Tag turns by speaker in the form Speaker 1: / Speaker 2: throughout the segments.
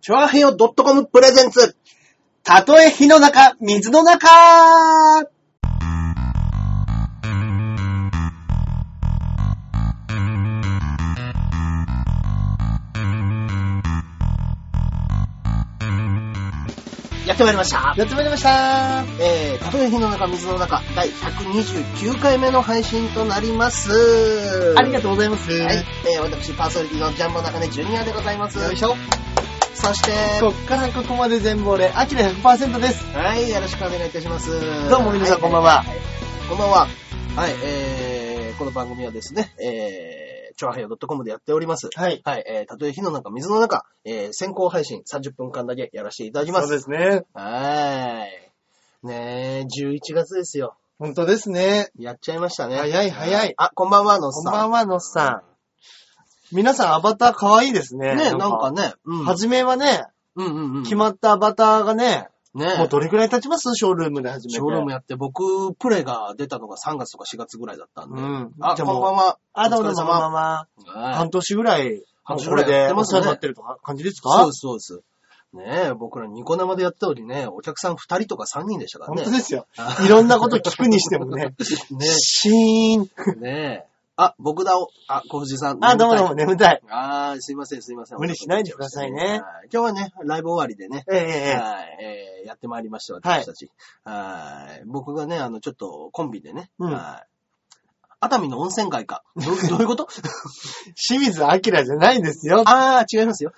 Speaker 1: チョアヘヨ .com プレゼンツ。たとえ火の中、水の中やってまいりました。
Speaker 2: やってまいりました
Speaker 1: えー、たとえ火の中、水の中、第129回目の配信となります。
Speaker 2: ありがとうございます。
Speaker 1: はい。えー、私、パーソナリティのジャンボ中根ジュニアでございます。
Speaker 2: よいしょ。
Speaker 1: そして、
Speaker 2: こっからここまで全部俺、アキラ100%です。
Speaker 1: はい、よろしくお願いいたします。
Speaker 2: どうも皆さんこんばんは。
Speaker 1: こんばんは。はい、えー、この番組はですね、えー、ちょあへよ .com でやっております。
Speaker 2: はい。
Speaker 1: はい、えー、たとえ火の中、水の中、えー、先行配信30分間だけやらせていただきます。
Speaker 2: そうですね。
Speaker 1: はーい。ねえ、11月ですよ。
Speaker 2: 本当ですね。
Speaker 1: やっちゃいましたね。
Speaker 2: 早い早い
Speaker 1: あ、こんばんは、のっ
Speaker 2: こん
Speaker 1: さん。
Speaker 2: ばんは、のっさん。皆さん、アバター可愛いですね。
Speaker 1: ねえ、なんかね、うん。
Speaker 2: 初めはね、
Speaker 1: うんうんうん。
Speaker 2: 決まったアバターがね、
Speaker 1: ね
Speaker 2: もうどれくらい経ちますショールームで始めて。
Speaker 1: ショールームやって、僕、プレが出たのが3月とか4月ぐらいだったんで。
Speaker 2: うん
Speaker 1: あ、
Speaker 2: じ
Speaker 1: こ
Speaker 2: ゃあ
Speaker 1: ん
Speaker 2: も
Speaker 1: ば
Speaker 2: うん
Speaker 1: は。
Speaker 2: あ、どうも
Speaker 1: お
Speaker 2: ど
Speaker 1: 疲れ
Speaker 2: うもど
Speaker 1: 様
Speaker 2: うもどうも。
Speaker 1: はい
Speaker 2: 半年ぐらい、
Speaker 1: 半年
Speaker 2: も
Speaker 1: ぐら
Speaker 2: う
Speaker 1: い
Speaker 2: これ
Speaker 1: やっ
Speaker 2: で、
Speaker 1: てますね
Speaker 2: お世話になってるとか感じですか
Speaker 1: そうです、そうです。ねえ、僕らニコ生でやったよりね、お客さん2人とか3人でしたから
Speaker 2: 本
Speaker 1: ね。
Speaker 2: 当ですよ
Speaker 1: あ。
Speaker 2: いろんなこと聞くにしても ね。シーン。
Speaker 1: ねえ。ねえ。あ、僕だお、あ、小藤さん。
Speaker 2: あ、どうもどうも、眠たい。
Speaker 1: あーすいません、すいません。
Speaker 2: 無理しないでくださいね
Speaker 1: はい今日はね、ライブ終わりでね。
Speaker 2: えええええ
Speaker 1: はい、えーやってまいりました、私たち。はい。僕がね、あの、ちょっとコンビでね。
Speaker 2: うん
Speaker 1: はい。熱海の温泉街か。ど どういうこと
Speaker 2: え。清水明じゃないですよ。
Speaker 1: あー違いますよ。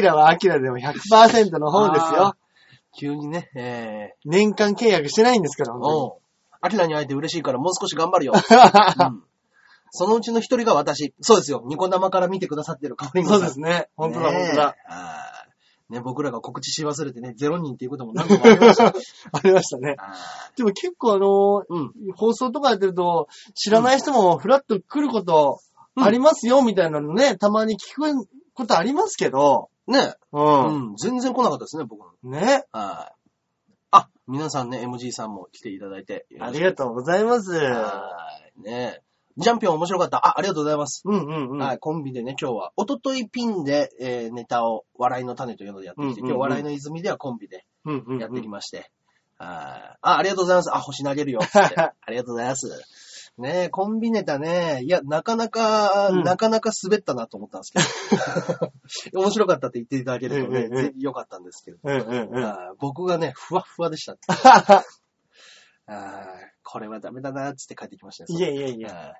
Speaker 2: 明は明でも100%の方です
Speaker 1: あ
Speaker 2: よ
Speaker 1: ー。。急にね、え
Speaker 2: 年間契約してないんですから、
Speaker 1: ー、
Speaker 2: 本
Speaker 1: おう。アキラに会えて嬉しいからもう少し頑張る よ。
Speaker 2: 当に
Speaker 1: うんそのうちの一人が私。そうですよ。ニコ生から見てくださってるカオリンゴ
Speaker 2: そ
Speaker 1: さ。
Speaker 2: うんですね。本当だ、
Speaker 1: ねえ
Speaker 2: 本当だ。。
Speaker 1: あーね、僕らが告知し忘れてね、ゼロ人っていうことも何度もありました。
Speaker 2: ありましたね。
Speaker 1: あー
Speaker 2: でも結 構あの
Speaker 1: うん。
Speaker 2: ー、放送とかやってると、知らない人もフラッと来ることありますよ、みたいなのね、たまに聞くことありますけど、
Speaker 1: ね、
Speaker 2: う。
Speaker 1: うんん。全然来なかったですね、僕の。
Speaker 2: ね。
Speaker 1: はい。あ、皆さんね、MG さんも来ていただいて。
Speaker 2: ありがとうございます。
Speaker 1: とはい。ねジャンピオン面白かった。あ、ありがとうございます。
Speaker 2: うんうんうん。
Speaker 1: はい、コンビでね、今日は、おとといピンで、えーネタを、笑いの種というのでやってきて、
Speaker 2: うんうんうん
Speaker 1: 今日笑いの泉ではコンビで
Speaker 2: うんうんうん
Speaker 1: やってきまして。あーあ、ありがとうございます。あ、星投げるよ。つって ありがとうございます。ねえ、コンビネタね、いや、なかなか、
Speaker 2: うん
Speaker 1: なかなか滑ったなと思ったんです けど。面白かったって言っていただけるとね、
Speaker 2: うんうんうん
Speaker 1: ぜひ良かったんですけど、
Speaker 2: うんうんうん。
Speaker 1: あー僕がね、ふわっふわでした。 あーこれはダメだな、つって帰ってきましたね。
Speaker 2: いやいやいや。
Speaker 1: はい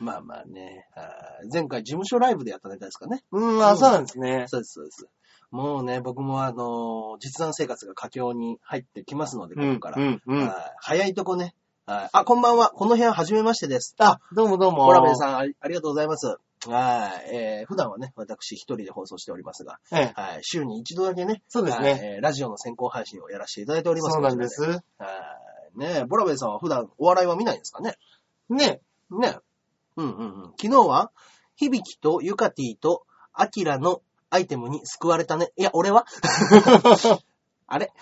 Speaker 1: まあまあね、はい前回事務所ライブでやったネタですかね。
Speaker 2: うん、あ、そうなんですね。
Speaker 1: そうです、そうです。もうね、僕もあのー実弾生活が佳境に入ってきますので、こ
Speaker 2: うん
Speaker 1: こから。
Speaker 2: うんうん。
Speaker 1: はい早いとこね。はいあ、こんばんは。この部屋初めましてです。あ、
Speaker 2: どうもどうも。
Speaker 1: コラベンさんあり、ありがとうございます。はい。えー普段はね、私一人で放送しておりますが、
Speaker 2: ええ。
Speaker 1: はい。週に一度だけね、
Speaker 2: そうです
Speaker 1: はい
Speaker 2: ね。
Speaker 1: えーラジオの先行配信をやらせていただいております。
Speaker 2: そうなんで。す。
Speaker 1: はい。ねえ、ボラベンさんは普段お笑いは見ないんですかね
Speaker 2: ね。
Speaker 1: ね。うんうんうん。昨日は、響とユカティとアキラのアイテムに救われたね。いや、俺 はあれ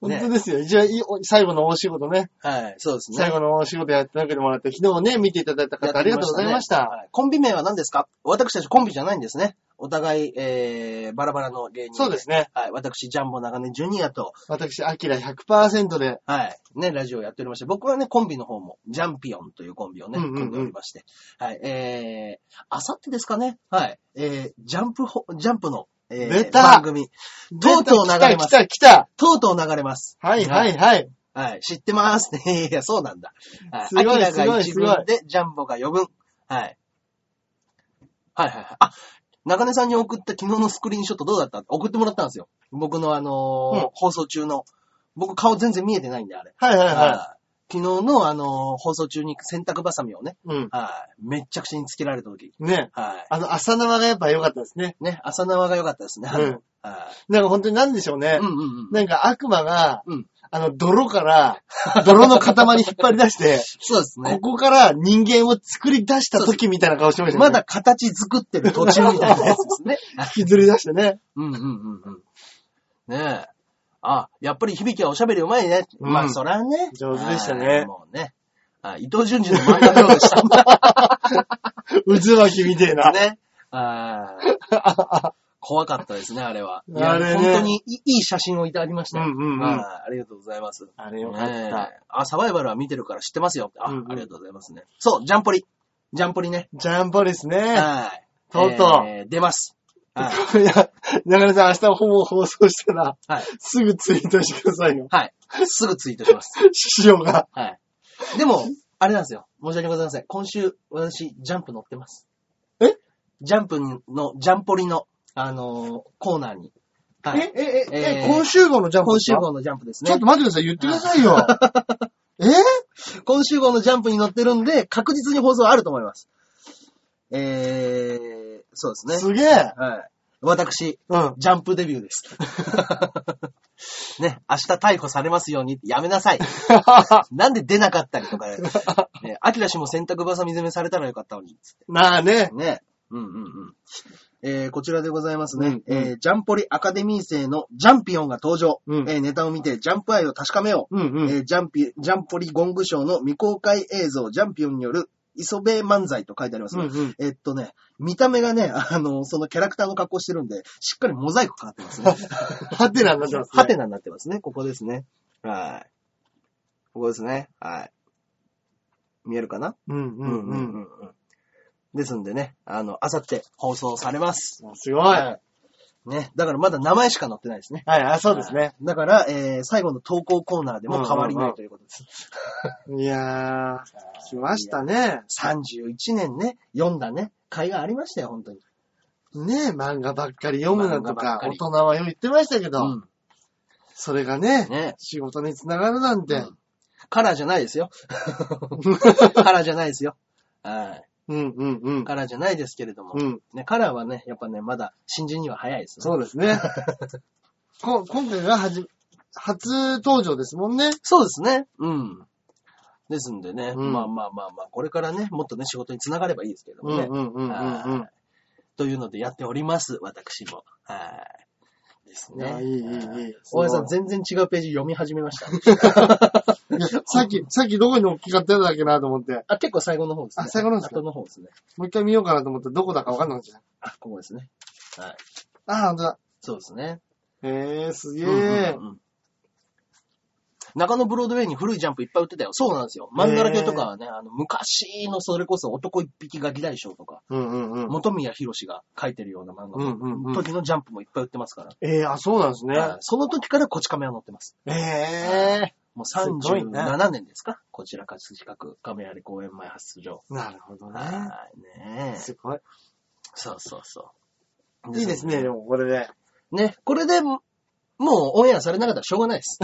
Speaker 2: 本
Speaker 1: ね
Speaker 2: 当ですよ。じゃあ、いいお最後のお仕事ね。
Speaker 1: はい、そうですね。
Speaker 2: 最後のお仕事やってなくてもらって、昨日ね、見ていただいた
Speaker 1: やっ
Speaker 2: 方、
Speaker 1: て
Speaker 2: ありがとうございまし
Speaker 1: ね
Speaker 2: た。
Speaker 1: はいコンビ名は何ですか私たちコンビじゃないんですね。お互い、えー、バラバラの芸人。
Speaker 2: そうですね。
Speaker 1: はい、私、ジャンボ長根ジュニアと、
Speaker 2: 私、アキラ100%で、
Speaker 1: はい、ね、ラジオやっておりまして、僕はね、コンビの方も、ジャンピオンというコンビをね、
Speaker 2: うんうんうん
Speaker 1: 組んでおりまして、はい、えー、あさってですかね、はい、えー、ジャンプほ、ジャンプの、えー、
Speaker 2: 出た
Speaker 1: 番組、とうとう流れます
Speaker 2: 来た来た
Speaker 1: とうとう流れます。
Speaker 2: 来たはいはいはい。
Speaker 1: はい、知ってます。 いやいや、そうなんだ。はい、
Speaker 2: すごい
Speaker 1: アキラが
Speaker 2: す
Speaker 1: 一
Speaker 2: ごいすご
Speaker 1: 軍
Speaker 2: い
Speaker 1: で、ジャンボが4軍。はい。はいはいはい。あ、中根さんに送った昨日のスクリーンショットどうだった送ってもらったんですよ。僕のあのー
Speaker 2: うん
Speaker 1: 放送中の。僕顔全然見えてないんで、あれ。
Speaker 2: はいはいは
Speaker 1: はい昨日のあのー放送中に洗濯バサミをね、
Speaker 2: い。うん。
Speaker 1: はい、めっちゃくちゃにつけられた時。
Speaker 2: ね。
Speaker 1: は
Speaker 2: あの、浅縄がやっぱ良かったですね。
Speaker 1: い。ね、朝縄が良かったですね。あの
Speaker 2: うん
Speaker 1: は
Speaker 2: なんか本当になんでしょう
Speaker 1: い
Speaker 2: ね
Speaker 1: うん。うんうん。
Speaker 2: なんか悪魔が、
Speaker 1: うん
Speaker 2: あの、泥から、泥の塊引っ張り出して、
Speaker 1: そうです ね
Speaker 2: こ。こから人間を作り出した時みたいな顔してましたね。
Speaker 1: まだ形作ってる途中みたいなやつですね。
Speaker 2: 引きずり出してね。
Speaker 1: うんうんうんうん。ねえ。あ、やっぱり響きはおしゃべりうまいね。
Speaker 2: うん
Speaker 1: まあ、そらね。
Speaker 2: 上手でしたね
Speaker 1: はいもうね。あ伊藤淳二の漫画のようでした。
Speaker 2: 渦巻きみたいな。
Speaker 1: ね。あー怖かったですね、あれは。いや
Speaker 2: あれね
Speaker 1: 本当にいいい写真をいただきましたよ。
Speaker 2: うんうんうん
Speaker 1: はいありがとうございます。
Speaker 2: あれよかった
Speaker 1: ねえあ、サバイバルは見てるから知ってますよ。あ、
Speaker 2: うんうん
Speaker 1: ありがとうございますね。そう、ジャンポリ。ジャンポリね。
Speaker 2: ジャンボですね。
Speaker 1: はい。
Speaker 2: とうとう
Speaker 1: えー出ます。はい。
Speaker 2: いや、中根さん明日ほぼ放送したら、
Speaker 1: はい。
Speaker 2: すぐツイートしてくださいよ。
Speaker 1: はい。すぐツイートします。
Speaker 2: 師匠が。
Speaker 1: はい。でも、あれなんですよ。申し訳ございません。今週、私、ジャンプ乗ってます。
Speaker 2: え
Speaker 1: ジャンプの、ジャンポリの、あのーコーナーに。はい。
Speaker 2: え、え、え、え
Speaker 1: えー
Speaker 2: 今週号のジャンプ
Speaker 1: 今
Speaker 2: です
Speaker 1: 週
Speaker 2: か
Speaker 1: 号のジャンプです
Speaker 2: ちょ
Speaker 1: ね
Speaker 2: っと。待ってください。言ってくださ いよ。え
Speaker 1: 今週号のジャンプに乗ってるんで、確実に放送あると思います。えー、そうですね。
Speaker 2: すげえ。
Speaker 1: はい。私、
Speaker 2: うん。
Speaker 1: ジャンプデビューです。ね、 明日逮捕されますように、やめなさい。なんで出なかったりと かね。ね、アキラ氏も洗濯バサ見攻めされたらよかったのに。
Speaker 2: まあね。
Speaker 1: ね。うんうんうん。えーこちらでございますね。
Speaker 2: うんうん
Speaker 1: えージャンポリアカデミー生のジャンピオンが登場。
Speaker 2: うん
Speaker 1: えーネタを見てジャンプ愛を確かめよう。
Speaker 2: うんう
Speaker 1: えージャンピ、ジャンポリゴングショーの未公開映像、ジャンピオンによる磯部漫才と書いてありますね。
Speaker 2: うんうん
Speaker 1: えっとね、見た目がね、あの、そのキャラクターの格好してるんで、しっかりモザイクかかってますね。
Speaker 2: ハテナになってます、ね。
Speaker 1: ハテナになってますね。ここですね。はい。ここですね。はい。見えるかな
Speaker 2: うん
Speaker 1: う
Speaker 2: うんうん。
Speaker 1: んうん。ですんでね、あの、あさって放送されます。
Speaker 2: あすごい。は
Speaker 1: はい。ね。だからまだ名前しか載ってないですね。
Speaker 2: い、あ、そうですね。
Speaker 1: だから、えー、最後の投稿コーナーでも変わりないということです。
Speaker 2: いやー、来ましたね。
Speaker 1: 31年ね、読んだね、甲斐がありましたよ、本当に。
Speaker 2: ねえ、漫画ばっかり読むな
Speaker 1: 漫
Speaker 2: と
Speaker 1: 画ばっ
Speaker 2: か、
Speaker 1: か
Speaker 2: 大
Speaker 1: り
Speaker 2: 人はよく言ってましたけど、それがね、
Speaker 1: ね。
Speaker 2: 仕事につながるなんて、
Speaker 1: うんカラーじゃないですよ。 カラーじゃないですよ。は
Speaker 2: うんうんうん
Speaker 1: い。。カラーじゃないですけれども。
Speaker 2: うん。
Speaker 1: ね、カラーはね、やっぱね、まだ新人には早いですね。
Speaker 2: そうです ね。こ今回がはじ、初登場ですもんね。
Speaker 1: そうですね。うん。ですんでね、
Speaker 2: うん
Speaker 1: まあまあまあまあ、これからね、もっとね、仕事につながればいいですけど
Speaker 2: う
Speaker 1: も
Speaker 2: ん
Speaker 1: ね。
Speaker 2: うんうんうんうん。
Speaker 1: というのでやっております、私も。はい。です
Speaker 2: い
Speaker 1: ね
Speaker 2: や。いいいいいい
Speaker 1: はい大江さん、全然違うページ読み始め ました。
Speaker 2: いやさっき、 さっきどこに大きかったんだっけなと思って、
Speaker 1: あ、結構最後の方ですね。
Speaker 2: あ最後の方ですか
Speaker 1: 後の方ですね。
Speaker 2: もう一回見ようかなと思って、どこだかわかんなかったじゃん。
Speaker 1: あ、ここですね。はい。
Speaker 2: あー、ほんとだ。
Speaker 1: そうですね。
Speaker 2: えー、すげ
Speaker 1: うん
Speaker 2: え
Speaker 1: うん。うん中野ブロードウェイに古いジャンプいっぱい売ってたよ。そうなんですよ。漫だらけとかはね、あの、昔のそれこそ男一匹ガキ大将とか、
Speaker 2: うんうんうん。
Speaker 1: 元宮博が書いてるような漫画
Speaker 2: うんうんうん
Speaker 1: の時のジャンプもいっぱい売ってますから。
Speaker 2: えー、あ、そうなんですね。
Speaker 1: はいその時からこち亀は載ってます。
Speaker 2: え
Speaker 1: もう
Speaker 2: すごいね
Speaker 1: 37年ですかこちら葛飾区亀有公園前発出場。
Speaker 2: ー、なるほどね。
Speaker 1: はい、ねえ
Speaker 2: すごい。
Speaker 1: そうそうそう。
Speaker 2: いいですね、でもこれで。
Speaker 1: ね、これでも、もうオンエアされなかったらしょうがないです。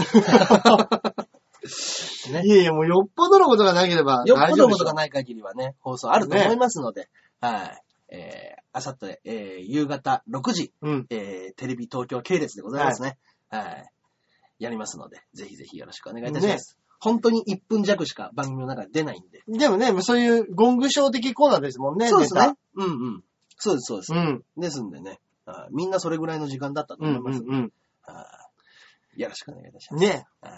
Speaker 1: ね
Speaker 2: いやいや、もうよっぽどのことがなけ れば
Speaker 1: よっ
Speaker 2: 大
Speaker 1: ぽ
Speaker 2: 丈
Speaker 1: ど
Speaker 2: 夫で
Speaker 1: こと
Speaker 2: しょ。
Speaker 1: がない限りはね、放送あると思いますので、はい。えー、あさって、えー、夕方6時、
Speaker 2: うん。
Speaker 1: えー、テレビ東京系列でございますね。はい。やりますので、ぜひぜひよろしくお願いいたします。本当に1分弱しか番組の中で出ないんで。
Speaker 2: でもね、そういうゴングショー的コーナーですもんね。
Speaker 1: そうですね
Speaker 2: ネ。
Speaker 1: うんうん。そうです、そうです
Speaker 2: タ。うん。
Speaker 1: ですんでね、あーみんなそれぐらいの時間だったと
Speaker 2: う
Speaker 1: 思
Speaker 2: ん
Speaker 1: います。
Speaker 2: うん
Speaker 1: あーよろしくお願いいたし
Speaker 2: う
Speaker 1: ま
Speaker 2: ん。
Speaker 1: す。
Speaker 2: ね。
Speaker 1: あー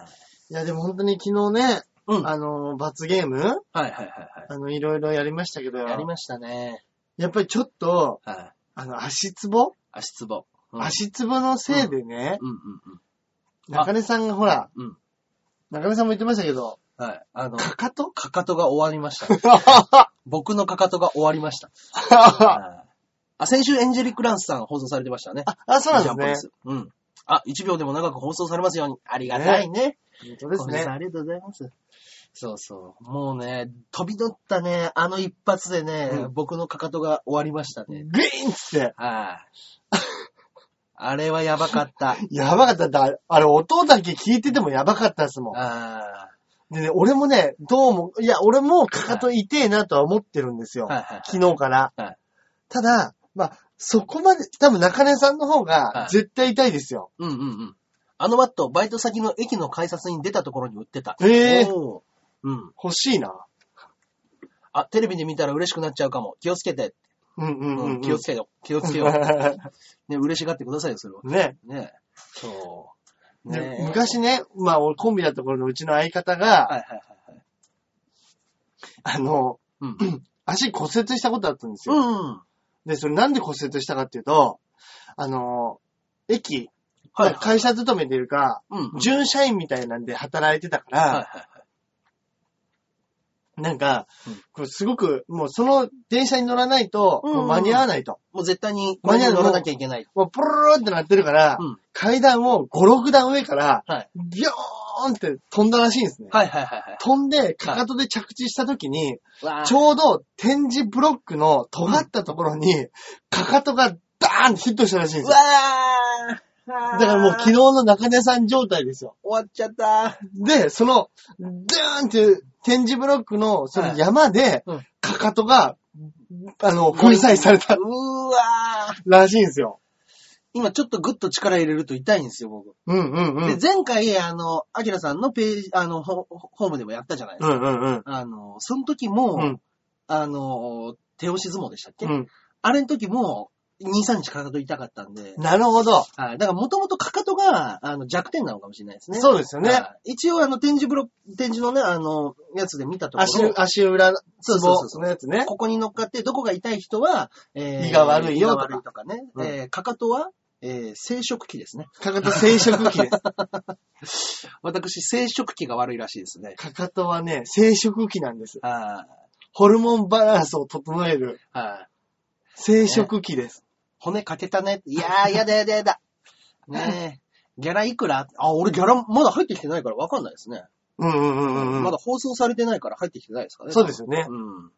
Speaker 2: いや、でも本当に昨日ね、
Speaker 1: うん。はい
Speaker 2: あの、罰ゲーム
Speaker 1: はいはいは
Speaker 2: あの、いろいろやりましたけど、
Speaker 1: い。やりましたね。
Speaker 2: やっぱりちょっと、
Speaker 1: はい。
Speaker 2: あの、足つぼ、
Speaker 1: 足つぼ。うん
Speaker 2: 足つぼのせいでね、
Speaker 1: うんうんうん
Speaker 2: 中根さんがほら、
Speaker 1: うん。うん。
Speaker 2: 中根さんも言ってましたけど、
Speaker 1: はい。あの、
Speaker 2: かかと
Speaker 1: かかとが終わりました。 僕のかかとが終わりました。はいあ、先週エンジェリック・ランスさん放送されてましたね。
Speaker 2: あ、そうな
Speaker 1: ジャ
Speaker 2: ん
Speaker 1: ンプ
Speaker 2: で
Speaker 1: ですす。うん。あ、1秒でも長く放送されますように。ありがたいね。
Speaker 2: ね。本当です
Speaker 1: 小林さん
Speaker 2: ね。
Speaker 1: ありがとうございます。そうそう。もうね、飛び乗ったね、あの一発でね、
Speaker 2: うん
Speaker 1: 僕のかかとが終わりましたね。
Speaker 2: グイーンっつって、
Speaker 1: はい。 あれはやばか った。
Speaker 2: やばかっただ。あれ、音だけ聞いててもやばかったですもん。
Speaker 1: あ
Speaker 2: でね、俺もね、どうも、いや、俺もかかと痛えなとは思ってるんですよ。
Speaker 1: はいはいはい
Speaker 2: 昨日から。
Speaker 1: はい
Speaker 2: ただ、まあ、そこまで、多分中根さんの方
Speaker 1: は
Speaker 2: が
Speaker 1: い
Speaker 2: 絶対痛いですよ。
Speaker 1: ーうんうんうん。あのバット、バイト先の駅の改札に出たところに売ってた。
Speaker 2: へー
Speaker 1: おうん。
Speaker 2: 欲しいな。
Speaker 1: あ、テレビで見たら嬉しくなっちゃうかも。気をつけて。
Speaker 2: うんうんうん、
Speaker 1: う
Speaker 2: うん
Speaker 1: ん、気をつけよう。気をつ けよう。ね、嬉しがってくださいよ、それは。
Speaker 2: ね
Speaker 1: ね。そう。
Speaker 2: で
Speaker 1: ねえ。
Speaker 2: 昔ね、まあ、俺コンビだった頃のうちの相方が、
Speaker 1: はいはいはいはい。
Speaker 2: あの、
Speaker 1: うん。
Speaker 2: 足骨折したことあったんです
Speaker 1: う
Speaker 2: よ。
Speaker 1: んうん。
Speaker 2: で、それなんで骨折したかっていうと、あの、駅、
Speaker 1: はい。
Speaker 2: まあ会社勤めていうか、
Speaker 1: うんうん。
Speaker 2: 準社員みたいなんで働いてたから、
Speaker 1: はいはい
Speaker 2: なんか
Speaker 1: うん、
Speaker 2: こうすごく、もうその電車に乗らないと、
Speaker 1: うん
Speaker 2: もう間に合わないと。
Speaker 1: もう絶対に、これに乗らなきゃいけない。
Speaker 2: もうプルルルってなってるから、
Speaker 1: うん
Speaker 2: 階段を5、6段上から、
Speaker 1: はい
Speaker 2: ビヨーンって飛んだらしいんですね。
Speaker 1: はいはいはい
Speaker 2: 飛んで、かかとで着地した時に、
Speaker 1: はい。
Speaker 2: ちょうど展示ブロックの尖ったところに、かかとがダーンってヒットしたらしいんで
Speaker 1: う
Speaker 2: すよ。
Speaker 1: わー
Speaker 2: だからもう昨日の中根さん状態ですよ。
Speaker 1: 終わっちゃ った。
Speaker 2: で、その、ドーンっていう展示ブロックのその山で
Speaker 1: はいうん、
Speaker 2: かかとが、あの、粉砕された
Speaker 1: うわー
Speaker 2: らしいんですよ。
Speaker 1: 今ちょっとグッと力入れると痛いんですよ、僕。
Speaker 2: うんうんうん。う
Speaker 1: で、
Speaker 2: ん
Speaker 1: 前回、あの、アキラさんのページ、あの、ホホームでもやったじゃないですか。
Speaker 2: うんうん。
Speaker 1: あの、その時も、
Speaker 2: うん
Speaker 1: あの、手押し相撲でしたっけ、
Speaker 2: うん。
Speaker 1: あれの時も、2、3日かかと痛かったんで、
Speaker 2: なるほど。
Speaker 1: はい。だからもともとかかとが、あの、弱点なのかもしれないですね。
Speaker 2: そうですよね。
Speaker 1: はい一応、あの、展示ブロ、展示のね、あの、やつで見たとこ
Speaker 2: 足
Speaker 1: ろ、、
Speaker 2: 足裏、
Speaker 1: そ
Speaker 2: ツ
Speaker 1: うそう
Speaker 2: ボ
Speaker 1: そうそう
Speaker 2: のやつね。
Speaker 1: ここに乗っかって、どこが痛い人は、え
Speaker 2: 胃が悪いよとか
Speaker 1: 胃が悪いとかね。
Speaker 2: うん
Speaker 1: えーかかとは、えー生殖器ですね。
Speaker 2: かかと生殖器 です。
Speaker 1: 私、生殖器が悪いらしいですね。
Speaker 2: かかとはね、生殖器なんです。
Speaker 1: はい。
Speaker 2: ホルモンバランスを整える
Speaker 1: はい。
Speaker 2: 生殖器です。
Speaker 1: 骨かけたね。いやー、やだやだやだ。 ねえ。ギャラいくらあ、俺ギャラまだ入ってきてないからわかんないですね。
Speaker 2: うんうんうんうん。
Speaker 1: まだ放送されてないから入ってきてないですかね。
Speaker 2: そうですよね。
Speaker 1: うん。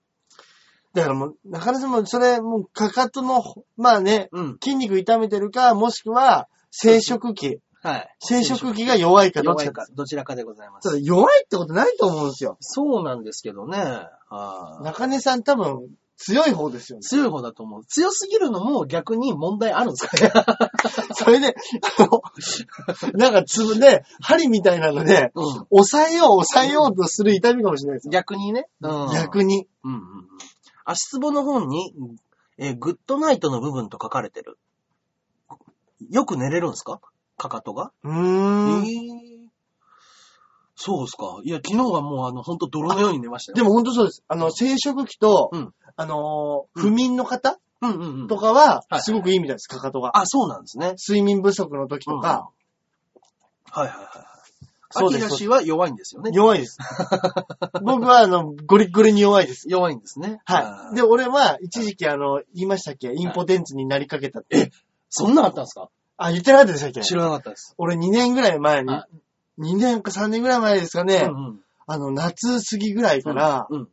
Speaker 2: だからもう、なかなかもうそれ、もうかかとの、まあね、
Speaker 1: うん。
Speaker 2: 筋肉痛めてるか、もしくは、生殖器。
Speaker 1: はい。
Speaker 2: 生殖器が弱いかどっ
Speaker 1: 弱い
Speaker 2: ちか
Speaker 1: か。、どちらかでございま
Speaker 2: ただ
Speaker 1: す。
Speaker 2: 弱いってことないと思うんですよ。
Speaker 1: そうなんですけどね。はい
Speaker 2: 中根さん多分、強い方ですよね。
Speaker 1: 強い方だと思う。強すぎるのも逆に問題あるんですかね。
Speaker 2: それで、あの、なんかつぶで、針みたいなので、
Speaker 1: う
Speaker 2: 抑えよう、抑えようとする痛みかもしれないです
Speaker 1: ん。
Speaker 2: よ。
Speaker 1: 逆にね。うん。
Speaker 2: 逆に。
Speaker 1: うんうんうん。足つぼの本に、えーグッドナイトの部分と書かれてる。よく寝れるんですかかかとが
Speaker 2: う
Speaker 1: え
Speaker 2: ーん。
Speaker 1: ーそうですか。いや、昨日はもうあの、ほんと泥のように寝ましたよ。
Speaker 2: でも本当そうです。あの、生殖器と、
Speaker 1: うん
Speaker 2: あのー、不眠の方
Speaker 1: うんうんうん。
Speaker 2: とかは
Speaker 1: は、い
Speaker 2: すごくいいみたいです、かかとが。
Speaker 1: あ、そうなんですね。
Speaker 2: 睡眠不足の時とか、
Speaker 1: はいはいはいはい。
Speaker 2: そ
Speaker 1: そうう
Speaker 2: です
Speaker 1: 氏は弱いんですよね。
Speaker 2: 弱 いです。僕は、あの、ゴリッゴリに弱いです。
Speaker 1: 弱いんですね。
Speaker 2: はい。で、
Speaker 1: で、
Speaker 2: 俺は、一時期、あの、言いましたっけインポテンツになりかけたって。
Speaker 1: そんなんあったんですか
Speaker 2: あ、言ってなかったでしたっけ
Speaker 1: 知らなかったです。
Speaker 2: 俺2年ぐらい前に、
Speaker 1: は
Speaker 2: 2年か3年ぐらい前ですかね、
Speaker 1: うんうん。
Speaker 2: あの、夏過ぎぐらいから、
Speaker 1: うん。